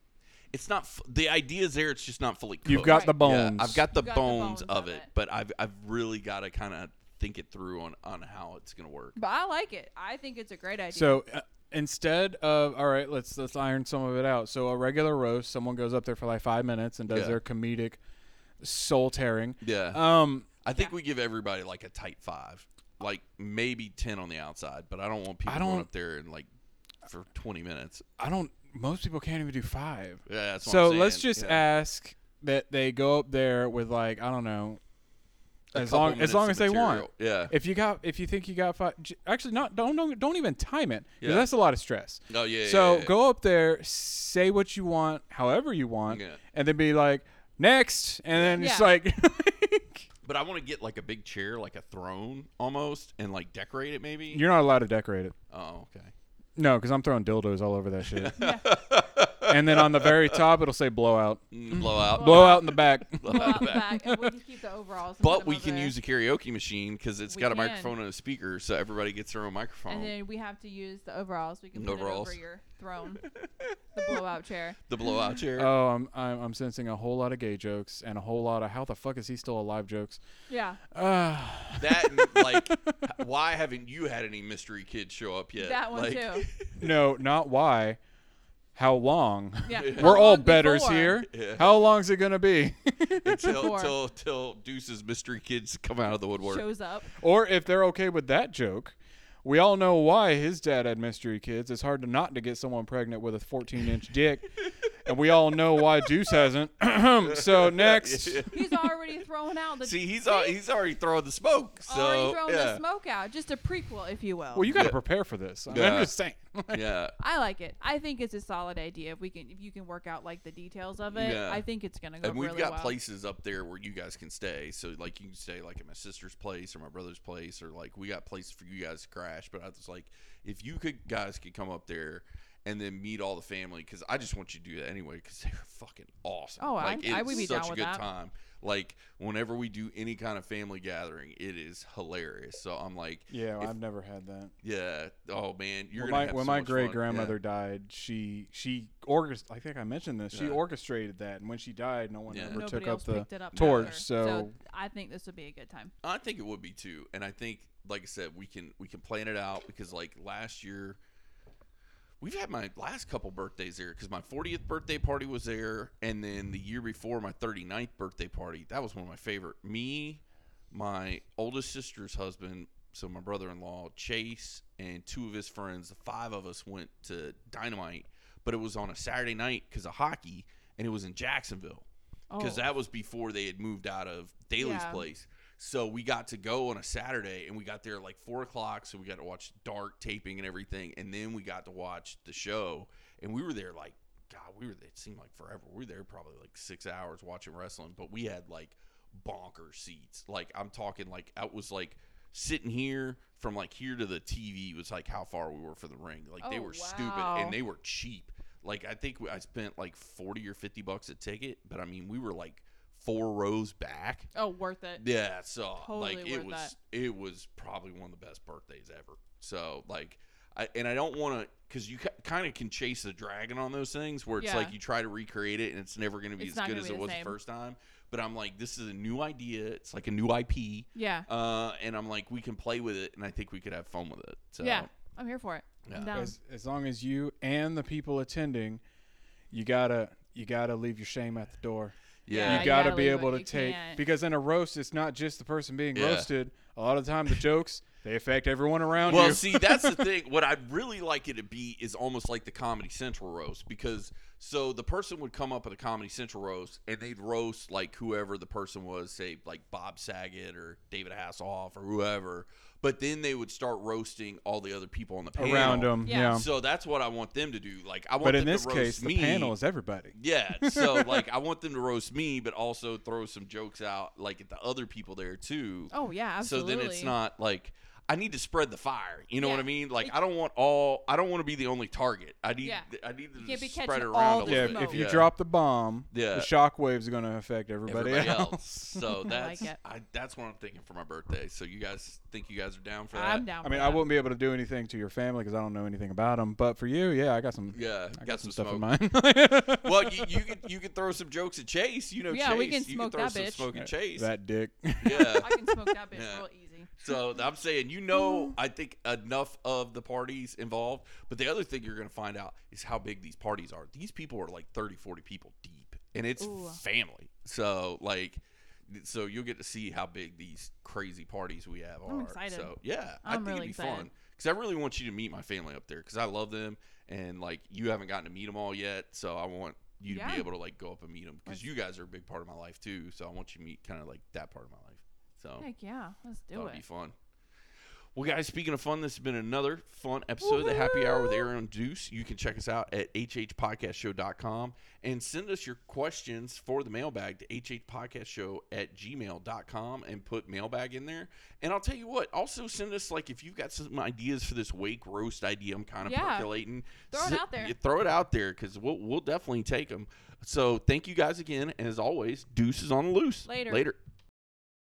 [SPEAKER 1] it's not f- the idea's there it's just not fully cooked.
[SPEAKER 3] You've got
[SPEAKER 2] Right.
[SPEAKER 3] the
[SPEAKER 1] Yeah,
[SPEAKER 3] bones.
[SPEAKER 1] i've got the,
[SPEAKER 2] You've got the
[SPEAKER 1] bones
[SPEAKER 2] bones
[SPEAKER 1] of
[SPEAKER 2] of
[SPEAKER 1] it,
[SPEAKER 2] it.
[SPEAKER 1] but i've i've really got to kind of think it through on on how it's gonna work
[SPEAKER 2] But I like it. I think it's a great idea.
[SPEAKER 3] So uh, instead of all right, let's let's iron some of it out. So a regular roast, someone goes up there for like five minutes and does
[SPEAKER 1] Yeah.
[SPEAKER 3] their comedic soul tearing.
[SPEAKER 1] yeah
[SPEAKER 3] Um,
[SPEAKER 1] Uh, i think
[SPEAKER 2] yeah.
[SPEAKER 1] we give everybody like a tight five like maybe 10 on the outside but i don't want people
[SPEAKER 3] I
[SPEAKER 1] going
[SPEAKER 3] don't-
[SPEAKER 1] up there and like for 20 minutes
[SPEAKER 3] I don't. Most people can't even do five.
[SPEAKER 1] yeah that's what
[SPEAKER 3] so
[SPEAKER 1] I'm
[SPEAKER 3] let's
[SPEAKER 1] saying.
[SPEAKER 3] just
[SPEAKER 1] Yeah.
[SPEAKER 3] ask that they go up there with like I don't know,
[SPEAKER 1] A
[SPEAKER 3] as
[SPEAKER 1] couple
[SPEAKER 3] long as
[SPEAKER 1] minutes
[SPEAKER 3] long
[SPEAKER 1] of
[SPEAKER 3] as they want.
[SPEAKER 1] material. yeah
[SPEAKER 3] If you got, if you think you got five, j- actually not. Don't don't, don't even time it 'cause
[SPEAKER 1] Yeah.
[SPEAKER 3] that's a lot of stress.
[SPEAKER 1] Oh, yeah, yeah,
[SPEAKER 3] So
[SPEAKER 1] yeah, yeah.
[SPEAKER 3] go up there, say what you want, however you want,
[SPEAKER 1] Yeah.
[SPEAKER 3] and then be like next, and then it's
[SPEAKER 2] Yeah.
[SPEAKER 3] like
[SPEAKER 1] but i want to get like a big chair like a throne almost and like decorate it maybe
[SPEAKER 3] you're not allowed to decorate it.
[SPEAKER 1] oh okay
[SPEAKER 3] No, because I'm throwing dildos all over that shit. and then on the very top, it'll say blowout.
[SPEAKER 1] Mm, blowout.
[SPEAKER 3] Blowout in the back.
[SPEAKER 2] Go out back, and we can keep the overalls. and put
[SPEAKER 1] But
[SPEAKER 2] them
[SPEAKER 1] we
[SPEAKER 2] over
[SPEAKER 1] can
[SPEAKER 2] there.
[SPEAKER 1] use a karaoke machine because it's
[SPEAKER 2] We
[SPEAKER 1] got a
[SPEAKER 2] can.
[SPEAKER 1] microphone and a speaker, so everybody gets their own microphone.
[SPEAKER 2] And then we have to use the overalls. We can put it
[SPEAKER 1] Overalls.
[SPEAKER 2] over your throne, the blowout chair.
[SPEAKER 1] the blowout chair.
[SPEAKER 3] Oh, I'm, I'm I'm sensing a whole lot of gay jokes and a whole lot of how the fuck is he still alive jokes.
[SPEAKER 2] Yeah,
[SPEAKER 3] Uh,
[SPEAKER 1] that and, like, h- why haven't you had any mystery kids show up yet?
[SPEAKER 2] that one
[SPEAKER 1] Like,
[SPEAKER 2] too.
[SPEAKER 3] no, not why. How long?
[SPEAKER 2] Yeah,
[SPEAKER 3] We're all
[SPEAKER 2] Long
[SPEAKER 3] betters
[SPEAKER 2] before.
[SPEAKER 3] here.
[SPEAKER 1] Yeah.
[SPEAKER 3] How long's it gonna be?
[SPEAKER 1] Until,
[SPEAKER 2] Before.
[SPEAKER 1] until, until Deuce's mystery kids come out of the woodwork.
[SPEAKER 2] Shows up.
[SPEAKER 3] or if they're okay with that joke, we all know why his dad had mystery kids. It's hard to not to get someone pregnant with a 14 inch dick, and we all know why Deuce hasn't. so next,
[SPEAKER 2] He's already throwing out the.
[SPEAKER 1] See, he's al- he's already throwing the smoke. So
[SPEAKER 2] already throwing
[SPEAKER 1] yeah.
[SPEAKER 2] the smoke out. Just a prequel, if you will.
[SPEAKER 3] well, you got to
[SPEAKER 1] Yeah.
[SPEAKER 3] prepare for this. I mean,
[SPEAKER 1] Yeah.
[SPEAKER 3] I'm just saying.
[SPEAKER 1] yeah,
[SPEAKER 2] I like it. I think it's a solid idea if we can if you can work out like the details of it.
[SPEAKER 1] Yeah.
[SPEAKER 2] I think it's gonna go
[SPEAKER 1] and we've
[SPEAKER 2] really
[SPEAKER 1] got
[SPEAKER 2] well.
[SPEAKER 1] places up there where you guys can stay. So like you can stay like at my sister's place or my brother's place or like we got places for you guys to crash. But I was like, if you could guys could come up there and then meet all the family because I just want you to do that anyway because they're fucking awesome.
[SPEAKER 2] Oh, I-
[SPEAKER 1] like,
[SPEAKER 2] I
[SPEAKER 1] it's
[SPEAKER 2] would be
[SPEAKER 1] such
[SPEAKER 2] down
[SPEAKER 1] a
[SPEAKER 2] with
[SPEAKER 1] good
[SPEAKER 2] that.
[SPEAKER 1] time. Like whenever we do any kind of family gathering, it is hilarious. So I'm like,
[SPEAKER 3] Yeah,
[SPEAKER 1] If-
[SPEAKER 3] I've never had that.
[SPEAKER 1] yeah, oh man, you're gonna
[SPEAKER 3] When my,
[SPEAKER 1] have
[SPEAKER 3] when
[SPEAKER 1] so
[SPEAKER 3] my
[SPEAKER 1] much fun. Yeah.
[SPEAKER 3] great grandmother died, she she orchest- I think I mentioned this. She
[SPEAKER 1] Yeah.
[SPEAKER 3] orchestrated that, and when she died, no one
[SPEAKER 1] Yeah.
[SPEAKER 3] ever
[SPEAKER 2] Nobody
[SPEAKER 3] took
[SPEAKER 2] else
[SPEAKER 3] up the
[SPEAKER 2] picked it up
[SPEAKER 3] torch.
[SPEAKER 2] either.
[SPEAKER 3] So,
[SPEAKER 2] I think this would be a good time.
[SPEAKER 1] I think it would be too, and I think, like I said, we can we can plan it out because like last year, we've had my last couple birthdays there because my 40th birthday party was there, and then the year before my 39th birthday party, that was one of my favorite. Me, my oldest sister's husband, so my brother-in-law Chase, and two of his friends, the five of us went to Dynamite, but it was on a Saturday night because of hockey, and it was in Jacksonville because
[SPEAKER 2] Oh.
[SPEAKER 1] that was before they had moved out of Daly's
[SPEAKER 2] Yeah.
[SPEAKER 1] place. So we got to go on a Saturday, and we got there at like four o'clock. So we got to watch dark taping and everything, and then we got to watch the show. And we were there like, God, we were. It seemed like forever. We were there probably like six hours watching wrestling, but we had like bonker seats. Like I'm talking like I was like sitting here from like here to the TV was like how far we were from the ring. Like they
[SPEAKER 2] Oh,
[SPEAKER 1] were stupid,
[SPEAKER 2] wow.
[SPEAKER 1] and they were cheap. Like I think I spent like forty or fifty bucks a ticket, but I mean we were like four rows back.
[SPEAKER 2] Oh, worth it.
[SPEAKER 1] Yeah, so
[SPEAKER 2] Totally
[SPEAKER 1] like it
[SPEAKER 2] worth
[SPEAKER 1] was
[SPEAKER 2] that.
[SPEAKER 1] it was probably one of the best birthdays ever. So like I and I don't want to cuz you kind of can chase the dragon on those things where it's
[SPEAKER 2] Yeah.
[SPEAKER 1] like you try to recreate it and it's never going to be
[SPEAKER 2] It's
[SPEAKER 1] as
[SPEAKER 2] not
[SPEAKER 1] good
[SPEAKER 2] gonna
[SPEAKER 1] as
[SPEAKER 2] be
[SPEAKER 1] it
[SPEAKER 2] the
[SPEAKER 1] was
[SPEAKER 2] same.
[SPEAKER 1] the first time, but I'm like this is a new idea. It's like a new IP.
[SPEAKER 2] Yeah.
[SPEAKER 1] Uh, and I'm like, we can play with it, and I think we could have fun with it. So,
[SPEAKER 2] yeah. I'm here for it.
[SPEAKER 1] Yeah.
[SPEAKER 2] I'm down.
[SPEAKER 4] As, as long as you and the people attending, you gotta you gotta leave your shame at the door.
[SPEAKER 1] yeah,
[SPEAKER 2] Yeah,
[SPEAKER 4] you gotta
[SPEAKER 2] gotta
[SPEAKER 4] be
[SPEAKER 2] leave
[SPEAKER 4] able
[SPEAKER 2] it.
[SPEAKER 4] to
[SPEAKER 2] You
[SPEAKER 4] take
[SPEAKER 2] can't-
[SPEAKER 4] because in a roast, it's not just the person being
[SPEAKER 1] Yeah.
[SPEAKER 4] roasted. A lot of the time, the jokes they affect everyone around
[SPEAKER 1] Well,
[SPEAKER 4] you.
[SPEAKER 1] see, that's the thing. What I'd really like it to be is almost like the Comedy Central roast because so the person would come up with a Comedy Central roast and they'd roast like whoever the person was, say like Bob Saget or David Hasselhoff or whoever. But then they would start roasting all the other people on the panel
[SPEAKER 4] around them,
[SPEAKER 2] Yeah.
[SPEAKER 4] yeah.
[SPEAKER 1] So that's what I want them to do. Like I want
[SPEAKER 4] But
[SPEAKER 1] them
[SPEAKER 4] in this
[SPEAKER 1] to roast
[SPEAKER 4] case,
[SPEAKER 1] me.
[SPEAKER 4] the panel is everybody.
[SPEAKER 1] Yeah, so like I want them to roast me, but also throw some jokes out like at the other people there too.
[SPEAKER 2] Oh yeah, absolutely.
[SPEAKER 1] So then it's not like I need to spread the fire. You know what
[SPEAKER 2] Yeah.
[SPEAKER 1] I mean? Like I don't want all. I don't want to be the only target. I need.
[SPEAKER 2] Yeah.
[SPEAKER 1] I need them
[SPEAKER 2] can't
[SPEAKER 1] to
[SPEAKER 2] be
[SPEAKER 1] spread
[SPEAKER 2] catching
[SPEAKER 1] it
[SPEAKER 2] all
[SPEAKER 1] around a
[SPEAKER 2] the
[SPEAKER 4] Yeah,
[SPEAKER 1] little
[SPEAKER 4] if,
[SPEAKER 1] bit.
[SPEAKER 2] smoke.
[SPEAKER 4] if you drop the bomb,
[SPEAKER 1] Yeah.
[SPEAKER 4] the shockwave's going to affect everybody,
[SPEAKER 1] everybody
[SPEAKER 4] else.
[SPEAKER 1] else, so that's
[SPEAKER 2] like it.
[SPEAKER 1] I, that's what I'm thinking for my birthday. So you guys think you guys are down for that?
[SPEAKER 2] I'm down.
[SPEAKER 4] I mean,
[SPEAKER 2] for
[SPEAKER 4] I
[SPEAKER 2] that.
[SPEAKER 4] won't be able to do anything to your family because I don't know anything about them. But for you, yeah, I got some.
[SPEAKER 1] Yeah,
[SPEAKER 4] I
[SPEAKER 1] got,
[SPEAKER 4] got,
[SPEAKER 1] some,
[SPEAKER 4] stuff
[SPEAKER 1] smoke.
[SPEAKER 4] in mind.
[SPEAKER 1] well, you, you could you could throw some jokes at Chase. You know,
[SPEAKER 2] Yeah,
[SPEAKER 1] Chase.
[SPEAKER 2] we can
[SPEAKER 1] you
[SPEAKER 2] smoke
[SPEAKER 1] throw
[SPEAKER 2] that
[SPEAKER 1] some
[SPEAKER 2] bitch.
[SPEAKER 1] Smoke at Chase.
[SPEAKER 4] that dick.
[SPEAKER 1] yeah,
[SPEAKER 2] I can smoke that bitch
[SPEAKER 1] Yeah.
[SPEAKER 2] real easy.
[SPEAKER 1] So I'm saying, you know, I think enough of the parties involved. But the other thing you're going to find out is how big these parties are. These people are like 30, 40 people deep, and it's
[SPEAKER 2] Ooh.
[SPEAKER 1] family. So, like, so you'll get to see how big these crazy parties we have are.
[SPEAKER 2] I'm excited.
[SPEAKER 1] So, yeah, i
[SPEAKER 2] I'm
[SPEAKER 1] think
[SPEAKER 2] really
[SPEAKER 1] it'd be
[SPEAKER 2] excited.
[SPEAKER 1] fun. Because I really want you to meet my family up there because I love them. And, like, you haven't gotten to meet them all yet. So I want you to
[SPEAKER 2] Yeah.
[SPEAKER 1] be able to, like, go up and meet them because
[SPEAKER 2] Let's-
[SPEAKER 1] you guys are a big part of my life, too. So I want you to meet kind of like that part of my life. So,
[SPEAKER 2] Heck yeah, let's do
[SPEAKER 1] That'll
[SPEAKER 2] it.
[SPEAKER 1] be fun. Well, guys, speaking of fun, this has been another fun episode of the Happy Hour with Aaron and Deuce. You can check us out at hhpodcastshow.com and send us your questions for the mailbag to hhpodcastshow at gmail.com and put mailbag in there. And I'll tell you what, also send us, like, if you've got some ideas for this wake roast idea I'm kind of
[SPEAKER 2] Yeah.
[SPEAKER 1] percolating,
[SPEAKER 2] Throw it
[SPEAKER 1] sit-
[SPEAKER 2] out there.
[SPEAKER 1] you throw it out there because we'll, we'll definitely take them. So thank you guys again. And as always, Deuce is on the loose.
[SPEAKER 2] Later.
[SPEAKER 1] Later.